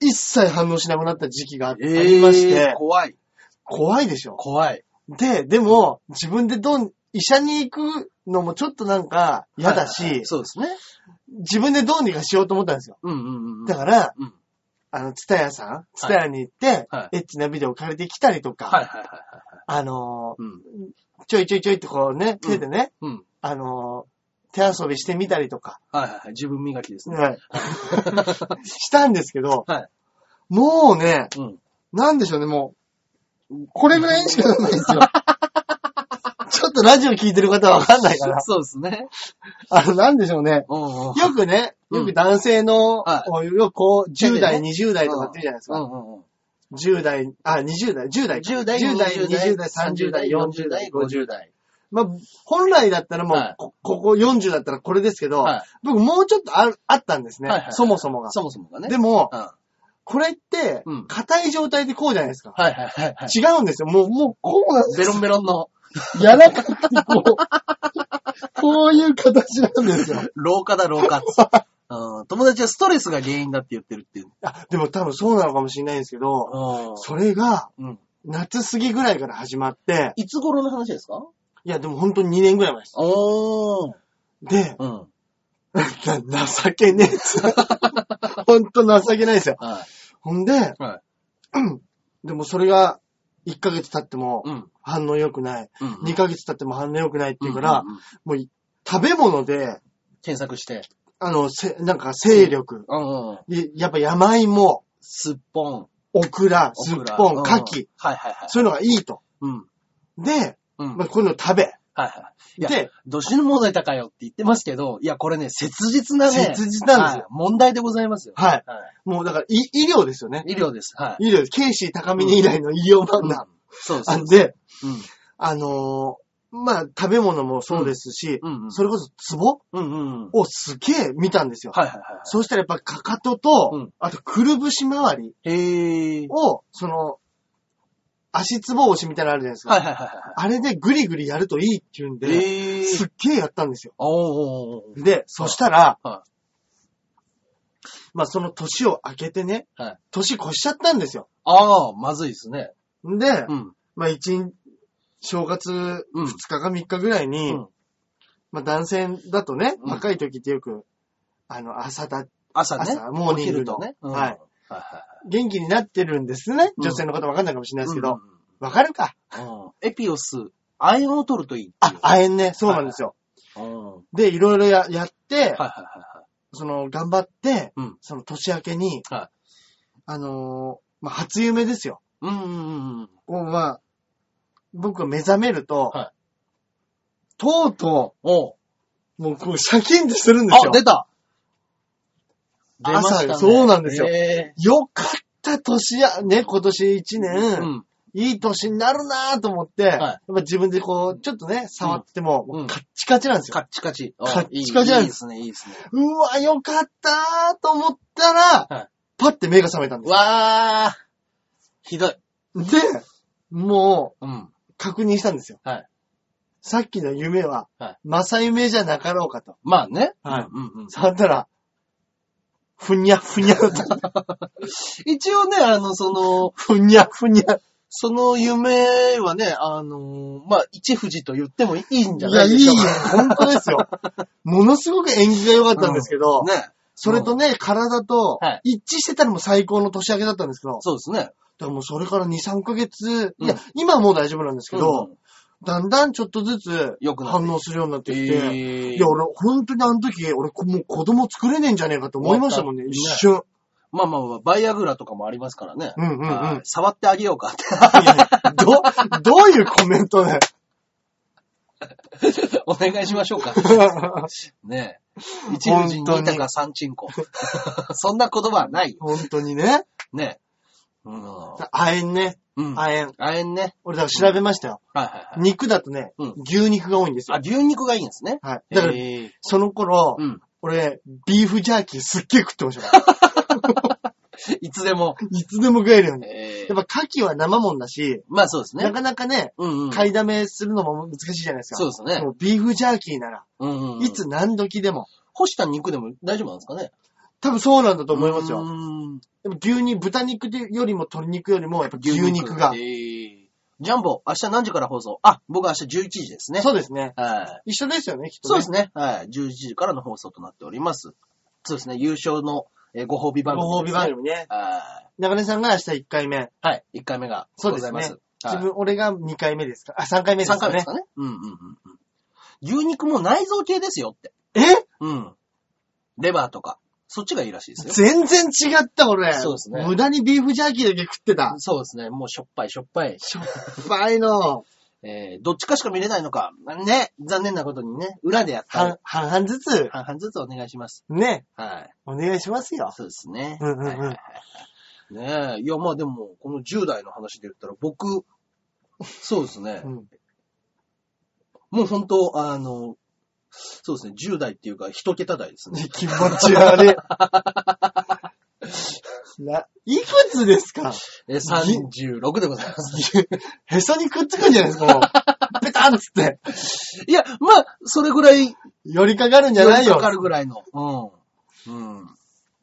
Speaker 2: 一切反応しなくなった時期がああ
Speaker 1: えー
Speaker 2: りまして、
Speaker 1: 怖い。
Speaker 2: 怖いでしょ。
Speaker 1: 怖い。
Speaker 2: で、でも、自分でどん、医者に行くのもちょっとなんか嫌だし、
Speaker 1: はいはいはいそうですね。
Speaker 2: 自分でどうにかしようと思ったんですよ。
Speaker 1: うんうんうんうん。
Speaker 2: だから、
Speaker 1: うん。
Speaker 2: あの、ツタヤさん、ツタヤに行って、
Speaker 1: は
Speaker 2: エッチなビデオ借りてきたりとか、
Speaker 1: はいはいはいはい。
Speaker 2: あの
Speaker 1: うん。
Speaker 2: ー、ちょいちょいちょいってこうね、手でね、
Speaker 1: うん。
Speaker 2: あのー、手遊びしてみたりとか、
Speaker 1: はいはいはい。自分磨きですね。
Speaker 2: はい、したんですけど、
Speaker 1: はい
Speaker 2: もうね、
Speaker 1: うん。
Speaker 2: なんでしょうね、もう、これぐらいにしかならないんです よ。ちょっとラジオ聞いてる方はわかんないから、
Speaker 1: そうですね。
Speaker 2: あの、なんでしょうね。
Speaker 1: うんうん。
Speaker 2: よくね、
Speaker 1: うん
Speaker 2: よく男性の、
Speaker 1: は
Speaker 2: よくこう、10代、
Speaker 1: 手で
Speaker 2: 20代とかって言うじゃないです
Speaker 1: う
Speaker 2: か。
Speaker 1: んうんうん。
Speaker 2: 10代、あ、20代、10代か。
Speaker 1: 10代、
Speaker 2: 10
Speaker 1: 20
Speaker 2: 代、
Speaker 1: 代、
Speaker 2: 20代、30代、40
Speaker 1: 40代、、
Speaker 2: 代
Speaker 1: 50
Speaker 2: 50代。
Speaker 1: 代。
Speaker 2: まあ、本来だったらも
Speaker 1: は
Speaker 2: う
Speaker 1: い
Speaker 2: こ、ここ40だったらこれですけど、
Speaker 1: は
Speaker 2: 僕もうちょっとあるあったんですね。
Speaker 1: はいはい
Speaker 2: そもそもが
Speaker 1: い。。そもそもがね。
Speaker 2: でも、
Speaker 1: うん。はい
Speaker 2: これって
Speaker 1: う、ん
Speaker 2: 硬い状態でこうじゃないですか。
Speaker 1: はいはいはい。
Speaker 2: 違うんですよ。もう、もうこうなんで
Speaker 1: ベロンベロンの
Speaker 2: す。柔らかくてこう、こう いう形なんですよ。
Speaker 1: 廊下だ廊下っつ って。うん友達はストレスが原因だって言ってるっていう。
Speaker 2: あ、でも多分そうなのかもしれないんですけど、それが、
Speaker 1: うん。
Speaker 2: 夏過ぎぐらいから始まって、
Speaker 1: いつ頃の話ですか
Speaker 2: いや、でも本当に2年ぐらい前です。
Speaker 1: おー。
Speaker 2: で、
Speaker 1: うん。
Speaker 2: な 情けねえっす。 ほんと情けないですよ。
Speaker 1: は
Speaker 2: ほんで、
Speaker 1: い。はい。
Speaker 2: でもそれが1ヶ月経っても
Speaker 1: うん。
Speaker 2: 反応良くない。
Speaker 1: うん。
Speaker 2: 2ヶ月経っても反応良くないっていうから、
Speaker 1: んんん、
Speaker 2: もうい食べ物で、
Speaker 1: 検索して。
Speaker 2: あの、せなんか勢力、
Speaker 1: うんうん。
Speaker 2: いやっぱ山芋、
Speaker 1: すっぽん。
Speaker 2: オクラ、すっ
Speaker 1: オクラ
Speaker 2: ぽん、
Speaker 1: う
Speaker 2: 牡蠣、
Speaker 1: はいはいはい。
Speaker 2: そういうのがいいと。
Speaker 1: うん。
Speaker 2: で、
Speaker 1: うん。
Speaker 2: ま
Speaker 1: はい
Speaker 2: あ、こういうの食べ。
Speaker 1: はい。いや、
Speaker 2: で
Speaker 1: どしの問題高いよって言ってますけど、いや、これね、切実なね。
Speaker 2: 切実なんですよ
Speaker 1: はい問題でございますよ。
Speaker 2: はい。
Speaker 1: は
Speaker 2: もうだから医医療ですよね。
Speaker 1: い。医療です。はい。
Speaker 2: 医療です。ケイシー高見に以来の医療
Speaker 1: う
Speaker 2: なん
Speaker 1: ん
Speaker 2: だ。
Speaker 1: そうそ
Speaker 2: あ
Speaker 1: う。
Speaker 2: で、
Speaker 1: うん。
Speaker 2: あのーまあ、食べ物もそうですし、
Speaker 1: うんうん。
Speaker 2: それこそ壺
Speaker 1: うんうんうん。
Speaker 2: をすげえ見たんですよ。
Speaker 1: はいはいは
Speaker 2: そうしたらやっぱかかとと、
Speaker 1: うん
Speaker 2: あとくるぶし回り
Speaker 1: い。へー。
Speaker 2: を、その、足つぼ押しみたいなのあるじゃないですか。
Speaker 1: はいはいは
Speaker 2: あれでぐりぐりやるといいって言うん
Speaker 1: いはい。
Speaker 2: で、
Speaker 1: へ
Speaker 2: す
Speaker 1: ー。
Speaker 2: っげえやったんですよ。
Speaker 1: おーおーおー
Speaker 2: で、そしたら、
Speaker 1: は
Speaker 2: まあその年を明けてね、
Speaker 1: はい
Speaker 2: 年越しちゃったんですよ。
Speaker 1: ああ、まずいですね。
Speaker 2: で、
Speaker 1: うん。
Speaker 2: まあ一日、正月2
Speaker 1: うん
Speaker 2: 日か3日ぐらいに、
Speaker 1: うん
Speaker 2: まあ男性だとね、
Speaker 1: うん
Speaker 2: 若い時ってよく、あの、朝だ、
Speaker 1: 朝ね。
Speaker 2: 朝、モー
Speaker 1: 起
Speaker 2: ニ
Speaker 1: き
Speaker 2: ング
Speaker 1: る
Speaker 2: の
Speaker 1: と、ね。うん
Speaker 2: はい。。
Speaker 1: はい
Speaker 2: 元気になってるんですね。
Speaker 1: うん
Speaker 2: 女性の方わかんないかもしれないですけど、
Speaker 1: う
Speaker 2: わ
Speaker 1: ん、
Speaker 2: かるか
Speaker 1: うんうんエピオス、亜鉛を取るといいってい
Speaker 2: あ
Speaker 1: う。、
Speaker 2: 亜鉛ね。そうなんですよ。
Speaker 1: うんはい
Speaker 2: で、いろいろややって、
Speaker 1: はいは
Speaker 2: その、頑張って、
Speaker 1: うん
Speaker 2: その年明けに、
Speaker 1: は
Speaker 2: あのーまあ、初夢ですよ。
Speaker 1: いはい。うんうんうん。
Speaker 2: こう、まあ、僕が目覚めると、
Speaker 1: は
Speaker 2: とうと
Speaker 1: おう
Speaker 2: う、もうこう、シャキンとするんです
Speaker 1: あ、
Speaker 2: よ。
Speaker 1: 出た出ま
Speaker 2: 朝
Speaker 1: したね。
Speaker 2: そうなんですよ
Speaker 1: へ
Speaker 2: よかった年や、ね、今年一年、
Speaker 1: ーうん。
Speaker 2: いい年になるなぁと思って、やっぱ自分でこう、ちょっとね、触っても、
Speaker 1: うん
Speaker 2: もうカッチカチなんですよ。
Speaker 1: カッチカチ。
Speaker 2: カッチカチなん
Speaker 1: いい
Speaker 2: で
Speaker 1: ですね、いいですね。
Speaker 2: うわ、よかったーと思ったら、
Speaker 1: はい
Speaker 2: パッて目が覚めたんですよ。
Speaker 1: わーひどい。
Speaker 2: で、も
Speaker 1: うん。
Speaker 2: う、確認したんですよ。
Speaker 1: はい
Speaker 2: さっきの夢は、
Speaker 1: はい
Speaker 2: 正夢じゃなかろうかと。
Speaker 1: まあね。
Speaker 2: はい
Speaker 1: うんうんうん。
Speaker 2: 触ったら、ふにゃふにゃだった。
Speaker 1: 一応ね、あの、その、
Speaker 2: ふにゃふにゃ。
Speaker 1: その夢はね、あの、まあ、一富士と言ってもいいんじゃないでしょうか。
Speaker 2: 本当ですよ。ものすごく縁起が良かったんですけど、
Speaker 1: ね。
Speaker 2: それとね、体と
Speaker 1: はい
Speaker 2: 一致してたらもう最高の年明けだったんですけど、
Speaker 1: そうですね。
Speaker 2: だからもうそれから2、3ヶ月、
Speaker 1: うん
Speaker 2: いや、今はもう大丈夫なんですけど、
Speaker 1: うん
Speaker 2: だんだんちょっとずつ
Speaker 1: 良くなって
Speaker 2: 反応するようになってきて、
Speaker 1: え
Speaker 2: い
Speaker 1: ー
Speaker 2: や、俺、本当にあの時、俺、こもう子供作れねえんじゃねえかと思いましたもんね、
Speaker 1: 思っ
Speaker 2: 一
Speaker 1: た
Speaker 2: 瞬。
Speaker 1: まあまあまあ、バイアグラとかもありますからね。
Speaker 2: うんうんうん
Speaker 1: はい触ってあげようかって。
Speaker 2: いやいやど、どういうコメントだよ。
Speaker 1: お願いしましょう か。ねえ。一富士
Speaker 2: 本当
Speaker 1: 二
Speaker 2: に
Speaker 1: 鷹三チンコ。 そんな言葉はないよ。
Speaker 2: 本当にね。
Speaker 1: ねえ。う
Speaker 2: 亜鉛ね、
Speaker 1: ん。うん。
Speaker 2: 亜鉛。
Speaker 1: あえんね。
Speaker 2: 俺、だから調べましたよ。
Speaker 1: はいはいはい。
Speaker 2: 肉だとね、
Speaker 1: うん
Speaker 2: 牛肉が多いんです
Speaker 1: あ、
Speaker 2: よ。
Speaker 1: 牛肉がいいんですね。
Speaker 2: はい。だから、
Speaker 1: へえ。
Speaker 2: その頃、
Speaker 1: うん。
Speaker 2: 俺、ビーフジャーキーすっげえ食ってましたから。
Speaker 1: いつでも。
Speaker 2: いつでも食えるように。
Speaker 1: ええ
Speaker 2: やっ。ぱ牡蠣は生もんだし、
Speaker 1: まあそうです
Speaker 2: な
Speaker 1: ね。
Speaker 2: かなかね、
Speaker 1: うんうん。
Speaker 2: 買いだめするのも難しいじゃないですか。
Speaker 1: そうですね。
Speaker 2: もうビーフジャーキーなら、
Speaker 1: うんうんうん。
Speaker 2: いつ何時でも。
Speaker 1: 干した肉でも大丈夫なんですかね
Speaker 2: 多分そうなんだと思います
Speaker 1: うー
Speaker 2: よ。
Speaker 1: ん
Speaker 2: でも牛肉、豚肉よりも鶏肉よりも、やっぱ牛肉が
Speaker 1: え。ージャンボ、明日何時から放送あ、僕は明日11時ですね。
Speaker 2: そうですね。
Speaker 1: はい。
Speaker 2: 一緒ですよね、きっと、ね。
Speaker 1: そうですね。はい。11時からの放送となっております。そうですね。優勝のえーご褒美番組、
Speaker 2: ご褒美番。組ね。
Speaker 1: は
Speaker 2: 中根さんが明日1回目。
Speaker 1: い。はい。1回目が。
Speaker 2: そうですね
Speaker 1: ございます。
Speaker 2: 自
Speaker 1: はい
Speaker 2: 分、俺が2回目ですか。あ、3回目です
Speaker 1: 3回
Speaker 2: か
Speaker 1: 目で
Speaker 2: ね
Speaker 1: す。かね。うんうんうんうん。牛肉も内臓系ですよって。
Speaker 2: え
Speaker 1: うん。レバーとか。そっちがいいらしいですよ。
Speaker 2: 全然違った、俺。
Speaker 1: そうですね
Speaker 2: 無駄にビーフジャーキーだけ食ってた。
Speaker 1: そうですね。もうしょっぱいしょっぱい。
Speaker 2: しょっぱいの。
Speaker 1: えーどっちかしか見れないのか。ね。残念なことにね。裏でやったら
Speaker 2: 半、半々ずつ、
Speaker 1: 半々ずつお願いします。
Speaker 2: ね、
Speaker 1: はい。
Speaker 2: お願いしますよ。
Speaker 1: そうですね。
Speaker 2: うんうんうん
Speaker 1: はいはいはいねえ。いや、まあでも、この10代の話で言ったら、僕、そうですね。
Speaker 2: うん
Speaker 1: もう本当、あの、そうですね。10代っていうか、一桁台ですね。
Speaker 2: 気持ち 悪い。ないくつですか
Speaker 1: え36でございます。
Speaker 2: へそにくっつくんじゃないですかもう。ペタンっつって。
Speaker 1: いや、まあ、それぐらい、
Speaker 2: 寄りかかるんじゃないよ
Speaker 1: か。かるぐらいの。うん。うん。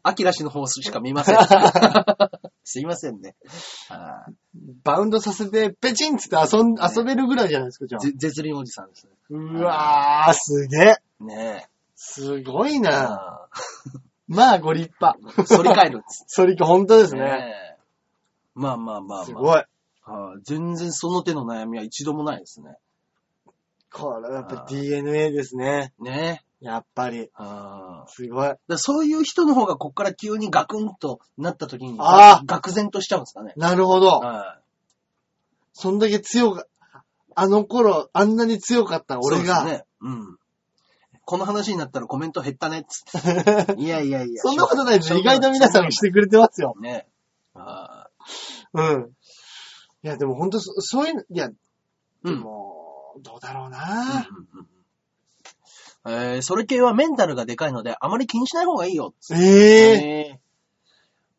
Speaker 1: アキラ氏の方しか見ませ ん。すいませんね。あ
Speaker 2: バウンドさせて、ペチンっつって遊ん、遊べるぐらいじゃないですか、じゃ
Speaker 1: ー
Speaker 2: あ。
Speaker 1: ぜ絶倫おじさんですね。
Speaker 2: うわー、すげえ。
Speaker 1: ね
Speaker 2: すごい
Speaker 1: え。
Speaker 2: な。
Speaker 1: あ
Speaker 2: まあ、ご立派。
Speaker 1: ー反り返るっつっ
Speaker 2: それか、本当です
Speaker 1: て
Speaker 2: ね。
Speaker 1: ね。まあまあまあ
Speaker 2: す
Speaker 1: まあ。
Speaker 2: ごい。
Speaker 1: はい全然その手の悩みは一度もないですね。
Speaker 2: これ、やっぱ
Speaker 1: あー
Speaker 2: DNA ですね。
Speaker 1: ねえ。
Speaker 2: やっぱり。
Speaker 1: あー
Speaker 2: すご
Speaker 1: だ
Speaker 2: い。
Speaker 1: からそういう人の方がこっから急にガクンとなった時に、
Speaker 2: あー
Speaker 1: 愕然としちゃうんですかね。
Speaker 2: なるほど。
Speaker 1: は
Speaker 2: そんだけ強か、あの頃、あんなに強かった
Speaker 1: い
Speaker 2: 俺
Speaker 1: そうです
Speaker 2: が、
Speaker 1: ね。うん。この話になったらコメント減ったねっつって。 いやいやいや。
Speaker 2: そんなことないです。
Speaker 1: しょう
Speaker 2: 意
Speaker 1: が
Speaker 2: 外と皆さんしてくれてますよ。
Speaker 1: ね。あ
Speaker 2: うん。いや、でも本当そそういうの、いや、
Speaker 1: う
Speaker 2: で
Speaker 1: ん。
Speaker 2: も、どうだろうな、
Speaker 1: うんうんうんえーそれ系はメンタルがでかいので、あまり気にしない方がいいよ。
Speaker 2: ええ
Speaker 1: えー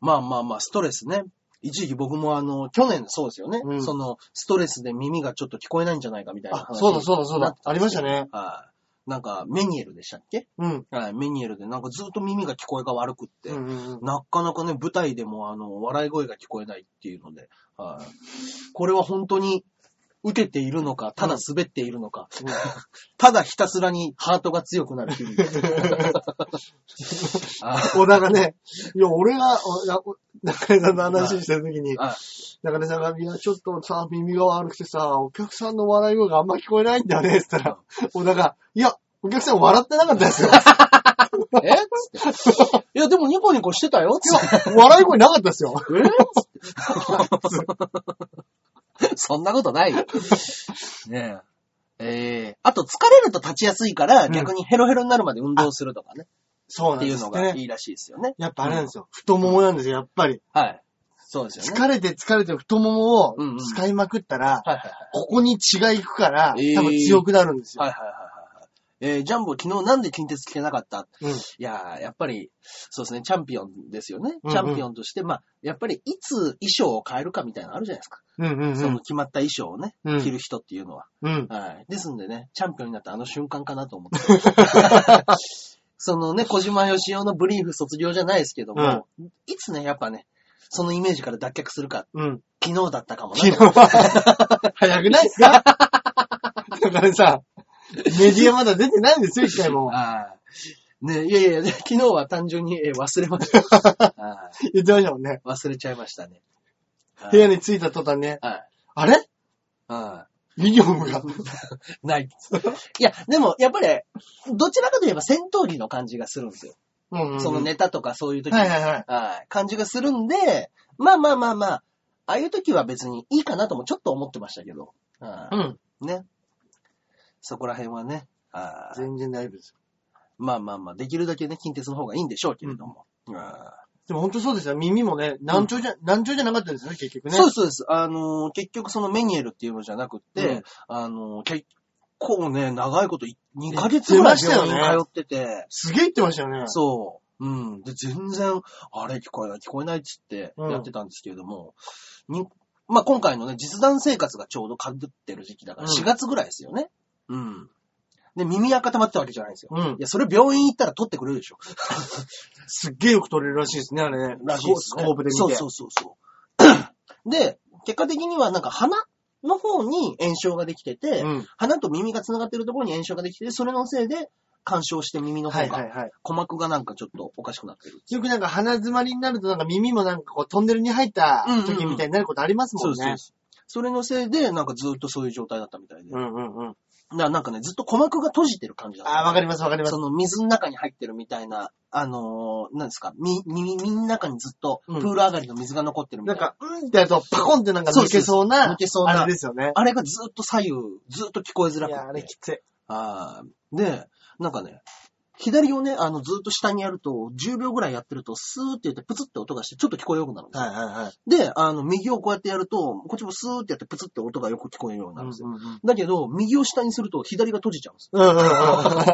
Speaker 1: まあまあまあ、ストレスね。一時期僕もあの、去年そうですよね。
Speaker 2: うん
Speaker 1: その、ストレスで耳がちょっと聞こえないんじゃないかみたいな
Speaker 2: あ、
Speaker 1: 話。
Speaker 2: そうだそうだそう
Speaker 1: な
Speaker 2: だ
Speaker 1: っ。
Speaker 2: ありましたね。
Speaker 1: はい。なんか、メニエルでしたっけ
Speaker 2: うん。
Speaker 1: はい、メニエルでなんかずっと耳が聞こえが悪くって。
Speaker 2: うんうんうん
Speaker 1: なかなかね、舞台でもあの、笑い声が聞こえないっていうので、はい。これは本当に、受けているのか、ただ滑っているのか、ただひたすらにハートが強くなるっていう。 あ
Speaker 2: 小田がね、いや、俺が、おなお中根さんの話してるときに、
Speaker 1: あ
Speaker 2: 中根さんが、いや、ちょっとさ、耳が悪くてさ、お客さんの笑い声があんま聞こえないんだよね、って言ったら、小田が、いや、お客さん笑ってなかっ たですよ。
Speaker 1: えっつって。 いや、でもニコニコしてたよつって。
Speaker 2: 笑い声なかったですよ。
Speaker 1: えっつって そんなことないよ。ねえ。ええあと疲れると立ちやすいから、
Speaker 2: うん
Speaker 1: 逆にヘロヘロになるまで運動するとかね、っ
Speaker 2: そうなん
Speaker 1: てい
Speaker 2: で
Speaker 1: う
Speaker 2: す
Speaker 1: のが
Speaker 2: ね。
Speaker 1: いいらしいですよね。
Speaker 2: やっぱあれなんですよ。太ももなんですよ、やっぱり。
Speaker 1: はい。そうですよね。
Speaker 2: 疲れて疲れて太ももを
Speaker 1: うんうん
Speaker 2: 使いまくった
Speaker 1: は
Speaker 2: ら、
Speaker 1: いはいはい。
Speaker 2: ここに血が行くから、
Speaker 1: えー
Speaker 2: 多分強くなるんですよ。
Speaker 1: はいはいはいはいはい。えージャンボ昨日なんで近鉄着てなかった
Speaker 2: うん
Speaker 1: いやー、やっぱり、そうですね、チャンピオンですよね
Speaker 2: う。んうん
Speaker 1: チャンピオンとして、まあ、やっぱりいつ衣装を変えるかみたいなのあるじゃないですか。
Speaker 2: うんうん
Speaker 1: その決まった衣装をね、
Speaker 2: うん
Speaker 1: 着る人っていうのは。
Speaker 2: うん。うん。
Speaker 1: はい。ですんでね、チャンピオンになったあの瞬間かなと思って。 そのね、小島よしおのブリーフ卒業じゃないですけども、いつね、やっぱね、そのイメージから脱却するか、
Speaker 2: うん。
Speaker 1: 昨日だったかもなと
Speaker 2: 昨日は、早くないですかだからさ、メディアまだ出てないんですよ、一回も。
Speaker 1: ああ。ねいやいやいや、昨日は単純にえー忘れました。 ああ
Speaker 2: 言ってましたもんね。
Speaker 1: 忘れちゃいましたね。ああ
Speaker 2: 部屋に着いた途端ね、
Speaker 1: はい。
Speaker 2: あれ
Speaker 1: ああ
Speaker 2: ユニフォームが。
Speaker 1: ない。いや、でも、やっぱり、どちらかといえば戦闘着の感じがするんですよ。
Speaker 2: うんうんうん
Speaker 1: その。ネタとかそういう時の、
Speaker 2: はいはいはい。
Speaker 1: はい感じがするんで、まあまあまあまあ、ああいう時は別にいいかなともちょっと思ってましたけど。ああ
Speaker 2: うん。
Speaker 1: ね。そこら辺はね。ああ
Speaker 2: 全然大丈夫ですよ。
Speaker 1: まあまあまあ、できるだけね、近鉄の方がいいんでしょうけれども。ああ
Speaker 2: でも本当そうですよ。耳もね、難聴じゃ、難聴じゃなかったんですよね、結局ね。
Speaker 1: そう
Speaker 2: う
Speaker 1: です、そうです。あのー結局そのメニエルっていうのじゃなくって、
Speaker 2: うん
Speaker 1: あのー結構ね、長いことい、2ヶ月ぐらい病院通ってて、
Speaker 2: すげえ言ってましたよね。
Speaker 1: そう。うん。で、全然、あれ聞こえない、聞こえないっつって
Speaker 2: うん
Speaker 1: やってたんですけれども、にまあ、今回のね、実弾生活がちょうどかぶってる時期だから、
Speaker 2: うん
Speaker 1: 4月ぐらいですよね。うん。で、耳垢溜まってたわけじゃないんですよ。
Speaker 2: うん
Speaker 1: い。や、それ病院行ったら取ってくれるでしょ。
Speaker 2: すっげえよく撮れるらしいですね、あれね。
Speaker 1: らしいです
Speaker 2: ス
Speaker 1: ね。
Speaker 2: コープで見て。
Speaker 1: そうそうそうそう。で、結果的にはなんか鼻の方に炎症ができてて、
Speaker 2: うん。
Speaker 1: 鼻と耳が繋がってるところに炎症ができてて、それのせいで干渉して耳の
Speaker 2: は
Speaker 1: 方
Speaker 2: いはい
Speaker 1: が、
Speaker 2: はい。
Speaker 1: 鼓膜がなんかちょっとおかしくなってる。
Speaker 2: よくなんか鼻詰まりになるとなんか耳もなんかこうトンネルに入った時みたいになることありますもんね。
Speaker 1: す。それのせいで、なんかずっとそういう状態だったみたいで。だか
Speaker 2: んうんうん。
Speaker 1: らなんかね、ずっと鼓膜が閉じてる感じだった。
Speaker 2: あーわかりますわかります
Speaker 1: そ。の水の中に入ってるみたいな、あのー、なんですか、み、耳、耳の中にずっと、プ
Speaker 2: うん
Speaker 1: ール上がりの水が残ってるみた
Speaker 2: ないん
Speaker 1: な。
Speaker 2: か、うんってやるとパコンってなんか抜けそ
Speaker 1: そうそ
Speaker 2: うな、
Speaker 1: うそう抜けそうな
Speaker 2: あれですよね。
Speaker 1: あれがずっと左右、ずっと聞こえづら
Speaker 2: いや、あ
Speaker 1: く
Speaker 2: れ
Speaker 1: て。
Speaker 2: きつい。
Speaker 1: あーで、なんかね、左をね、あの、ずっと下にやると、10秒ぐらいやってると、スーって言って、プツって音がして、ちょっと聞こえよくなるんですよ
Speaker 2: いはいはい。
Speaker 1: で、あの、右をこうやってやると、こっちもスーってやって、プツって音がよく聞こえるようになるんですよ。だけど、右を下にすると、左が閉じちゃうんですよ。
Speaker 2: うんうんうん。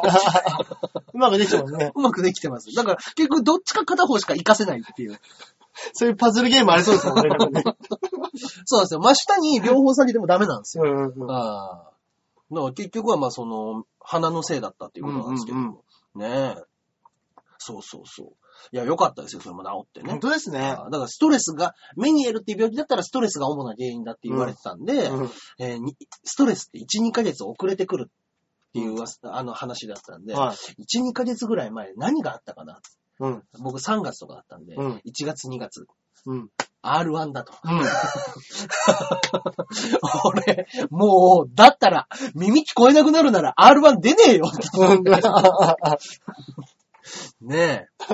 Speaker 2: うまくできてますね。
Speaker 1: うまくできてます。だから、結局、どっちか片方しか活かせないっていう。
Speaker 2: そういうパズルゲームありそうですもんね。なんかね
Speaker 1: そうなんですよ。真下に両方下げてもダメなんですよ。
Speaker 2: うんうん うん
Speaker 1: ああ。だから結局はまあその、鼻のせいだったっていうことなんですけども。ねえ。そうそうそう。いや、良かったですよ、それも治ってね
Speaker 2: 本。当ですね。
Speaker 1: ああだからストレスが、メニエルっていう病気だったらストレスが主な原因だって言われてたんで、
Speaker 2: うん
Speaker 1: えーにストレスって1、2ヶ月遅れてくるっていう噂、あの話だったんで、
Speaker 2: はい。
Speaker 1: 1、2ヶ月ぐらい前何があったかな
Speaker 2: うん。
Speaker 1: 僕3月とかだったんで、
Speaker 2: うん
Speaker 1: 1月、2月、
Speaker 2: うん。
Speaker 1: R1 だと。
Speaker 2: うん。
Speaker 1: 俺、もう、だったら、耳聞こえなくなるなら R1 出ねえよ。ねえ。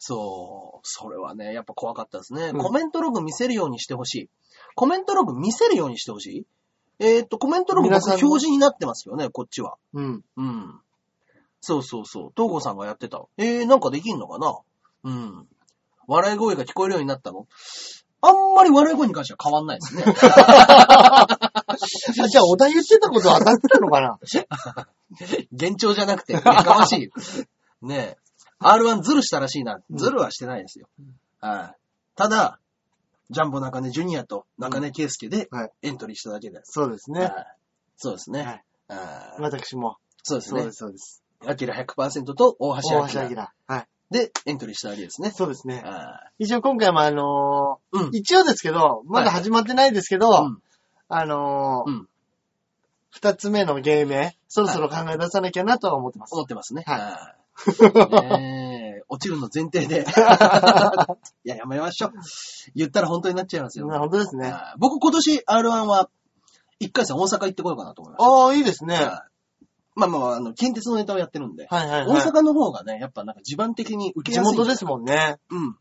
Speaker 1: そう。それはね、やっぱ怖かったですね。
Speaker 2: うん
Speaker 1: コメントログ見せるようにしてほしい。コメントログ見せるようにしてほしい。えーっ、と、コメントログ
Speaker 2: 皆
Speaker 1: 僕
Speaker 2: さん
Speaker 1: 表
Speaker 2: の
Speaker 1: 示になってますよね、こっちは。
Speaker 2: うん。
Speaker 1: うん。そうそうそう。東郷さんがやってた。えー、なんかできんのかなうん。笑い声が聞こえるようになったのあんまり笑い声に関しては変わんないです ね。
Speaker 2: あ、 じゃあ、小田言ってたこと当たってたのかな
Speaker 1: 幻聴じゃなくて、やかましいよ。ねえ。R1 ズルしたらしいな。ズルはしてないですよ。はい。ただ、ジャンボ中根ジュニアと中根圭介で
Speaker 2: うんはい
Speaker 1: エントリーしただけです。
Speaker 2: そうです
Speaker 1: はい
Speaker 2: ね。
Speaker 1: そうですね。
Speaker 2: はい
Speaker 1: はい
Speaker 2: 私も。
Speaker 1: そうです
Speaker 2: そう
Speaker 1: ね
Speaker 2: で。す、そうです。
Speaker 1: アキラ100%と大
Speaker 2: 大
Speaker 1: 橋アキ
Speaker 2: 橋
Speaker 1: ラ
Speaker 2: 明。はい。
Speaker 1: でエントリーしただけですね。
Speaker 2: そうですね。
Speaker 1: は
Speaker 2: 一応今回もあのー
Speaker 1: うん
Speaker 2: 一応ですけど、まだ始まってないですけ
Speaker 1: い
Speaker 2: ど、
Speaker 1: うん
Speaker 2: あのー
Speaker 1: うん
Speaker 2: 二つ目の芸名、そろそろ考え出さなきゃなとは思ってます。
Speaker 1: 思ってますね。
Speaker 2: はい
Speaker 1: はい。ねえ落ちるの前提 で。いや、やめましょう。言ったら本当になっちゃいますよ。
Speaker 2: 本当ですね。
Speaker 1: はい僕今年 R1 は1回戦大阪行ってこようかなと思います。
Speaker 2: ああ、いいですね。は
Speaker 1: はいまあまあ、あの、近鉄のネタをやってるんで、
Speaker 2: いはい、はい。
Speaker 1: 大阪の方がね、やっぱなんか地盤的に受け
Speaker 2: 地
Speaker 1: やすい。
Speaker 2: 元ですもんね。
Speaker 1: うん。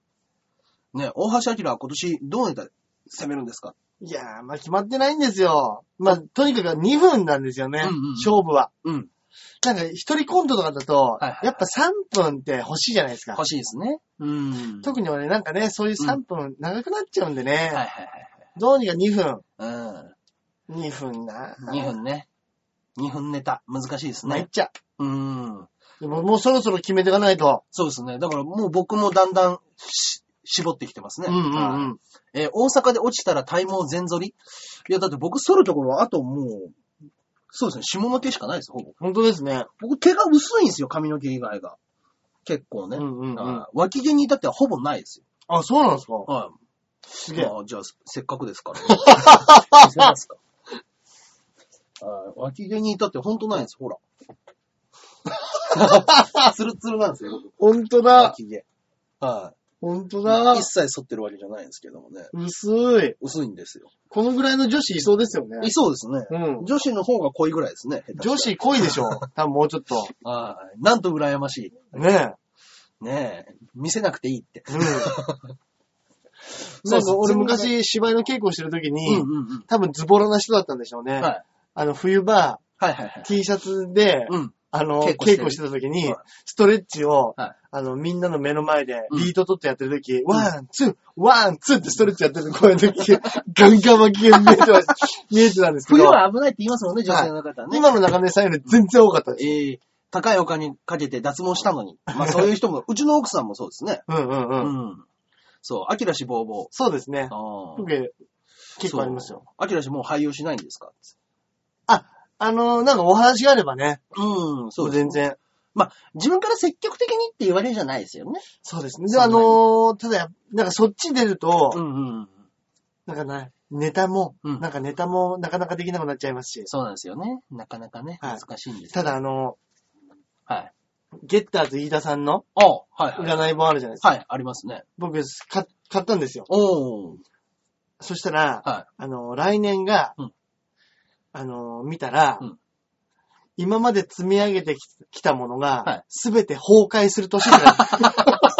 Speaker 1: ね、大橋明は今年どうネタ攻めるんですか
Speaker 2: いやー、まあ決まってないんですよ。まあ、とにかく2分なんですよね、
Speaker 1: うんうん
Speaker 2: 勝負は。
Speaker 1: うん。
Speaker 2: なんか一人コントとかだと、
Speaker 1: いはいはい
Speaker 2: やっぱ3分って欲しいじゃないですか
Speaker 1: 欲。しいですね。うん。
Speaker 2: 特に俺なんかね、そういう3分長くなっちゃうんでね、
Speaker 1: はいはい
Speaker 2: どうにか2分。
Speaker 1: はい。
Speaker 2: 2分な。
Speaker 1: うん。2分ね。2分ネタ、難しいです
Speaker 2: めっ
Speaker 1: ね。
Speaker 2: ちゃ。
Speaker 1: うん。
Speaker 2: でももうそろそろ決めていかないと。
Speaker 1: そうですね。だからもう僕もだんだんし、絞ってきてますね。
Speaker 2: うんうんうん。
Speaker 1: えー大阪で落ちたら体毛全剃りいや、だって僕剃るところはあともう、そうですね、下の毛しかないです、ほぼ。
Speaker 2: 本当ですね。
Speaker 1: 僕毛が薄いんですよ、髪の毛以外が。結構ね。
Speaker 2: うんうんうん。
Speaker 1: はい脇毛に至ってはほぼないですよ。
Speaker 2: あ、そうなんですか
Speaker 1: は
Speaker 2: す
Speaker 1: い。
Speaker 2: げえ。
Speaker 1: まあ、じゃあ、せっかくですから、見せますか。 はい脇毛に至ってほんとないんですよ、ほ ら。ツルツルなんですよ、僕
Speaker 2: 本当だ。
Speaker 1: 脇毛。は
Speaker 2: 本当だ
Speaker 1: い。一。切剃ってるわけじゃないんですけどもね。
Speaker 2: 薄い。
Speaker 1: 薄いんですよ。
Speaker 2: このぐらいの女子いそうですよね
Speaker 1: い。そうですね。
Speaker 2: うん。
Speaker 1: 女子の方が濃いぐらいですね。下手したら
Speaker 2: 女子濃いで しょ。多分もうちょっと。
Speaker 1: はい。なんと羨まし
Speaker 2: ね
Speaker 1: い。ねえ。見せなくていいって。
Speaker 2: え。うん。
Speaker 1: そう
Speaker 2: な
Speaker 1: ん
Speaker 2: か
Speaker 1: そう
Speaker 2: 俺昔芝居の稽古してる時
Speaker 1: うん
Speaker 2: に、
Speaker 1: うんうん。
Speaker 2: 多分ズボラな人だったんでしょうね。
Speaker 1: はい。
Speaker 2: あの冬場、
Speaker 1: はいはいはい。
Speaker 2: T シャツで、
Speaker 1: うん。
Speaker 2: あの、
Speaker 1: 稽
Speaker 2: 稽
Speaker 1: 古してる
Speaker 2: 古してた時に
Speaker 1: はい、
Speaker 2: ストレッチを、
Speaker 1: はい
Speaker 2: あの、みんなの目の前で
Speaker 1: う、ん
Speaker 2: リード取ってやってる時、ワン、ツー、ワン、ツーってストレッチやってるこうい う時、ガンガン脇が見えてました見えてたんですけ
Speaker 1: 冬
Speaker 2: ど、
Speaker 1: は危ないって言いますもんね、女性の方はね。
Speaker 2: 今の中根さんより全然多かったです。
Speaker 1: ええ高いお金かけて脱毛したのに。まあそういう人も、うちの奥さんもそうですね。
Speaker 2: うんうん
Speaker 1: う
Speaker 2: うん。
Speaker 1: ん。そう、アキラ氏ぼうぼう。
Speaker 2: そうですね。
Speaker 1: ああ。
Speaker 2: 僕、結構ありますよ。
Speaker 1: そう。アキラ氏もう廃業しないんですか
Speaker 2: あの、なんかお話があればね、
Speaker 1: うん、そうです。
Speaker 2: 全然。
Speaker 1: 自分から積極的にって言われるじゃないですよね。
Speaker 2: そうですね。で、あの、ただ、なんかそっち出ると、
Speaker 1: うんうん。
Speaker 2: なんかな、ネタも、
Speaker 1: うん
Speaker 2: なんかネタもなかなかできなくなっちゃいますし、
Speaker 1: そうなんですよね。なかなかね、
Speaker 2: はい
Speaker 1: 難しいんです
Speaker 2: た
Speaker 1: よ
Speaker 2: だあの、
Speaker 1: はい。
Speaker 2: ゲッターズ飯田さんの
Speaker 1: ああ、はいはい。
Speaker 2: 占い本あるじゃないですか。
Speaker 1: はい、ありますね。
Speaker 2: 僕、か買ったんですよ。
Speaker 1: おー。
Speaker 2: そしたら、
Speaker 1: はい。
Speaker 2: あの、来年が、
Speaker 1: うん
Speaker 2: あの、見たら、
Speaker 1: うん
Speaker 2: 今まで積み上げてききたもの
Speaker 1: はい
Speaker 2: が、すべて崩壊する年になる。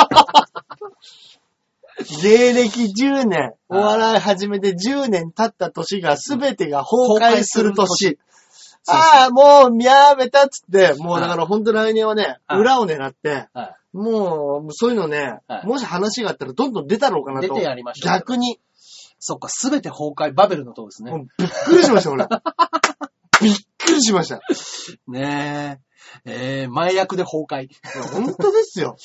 Speaker 2: 芸歴10年、お笑い始めて10年経った年が、すべてが崩壊する
Speaker 1: 崩
Speaker 2: 年。
Speaker 1: そう
Speaker 2: ああ、もう、やめたっつって、もうだから本当来年はね、
Speaker 1: はい
Speaker 2: 裏を狙って、
Speaker 1: はい。
Speaker 2: もう、そういうのね、
Speaker 1: はい
Speaker 2: もし話があったらどんどん出たろうかなと。
Speaker 1: 出てやりましょう
Speaker 2: 逆に。
Speaker 1: そっか、すべて崩壊、バベルの塔ですね
Speaker 2: も。うびっくりしました、俺。びっくりしました。
Speaker 1: ねえ。えー、前役で崩壊。
Speaker 2: 本当ですよ。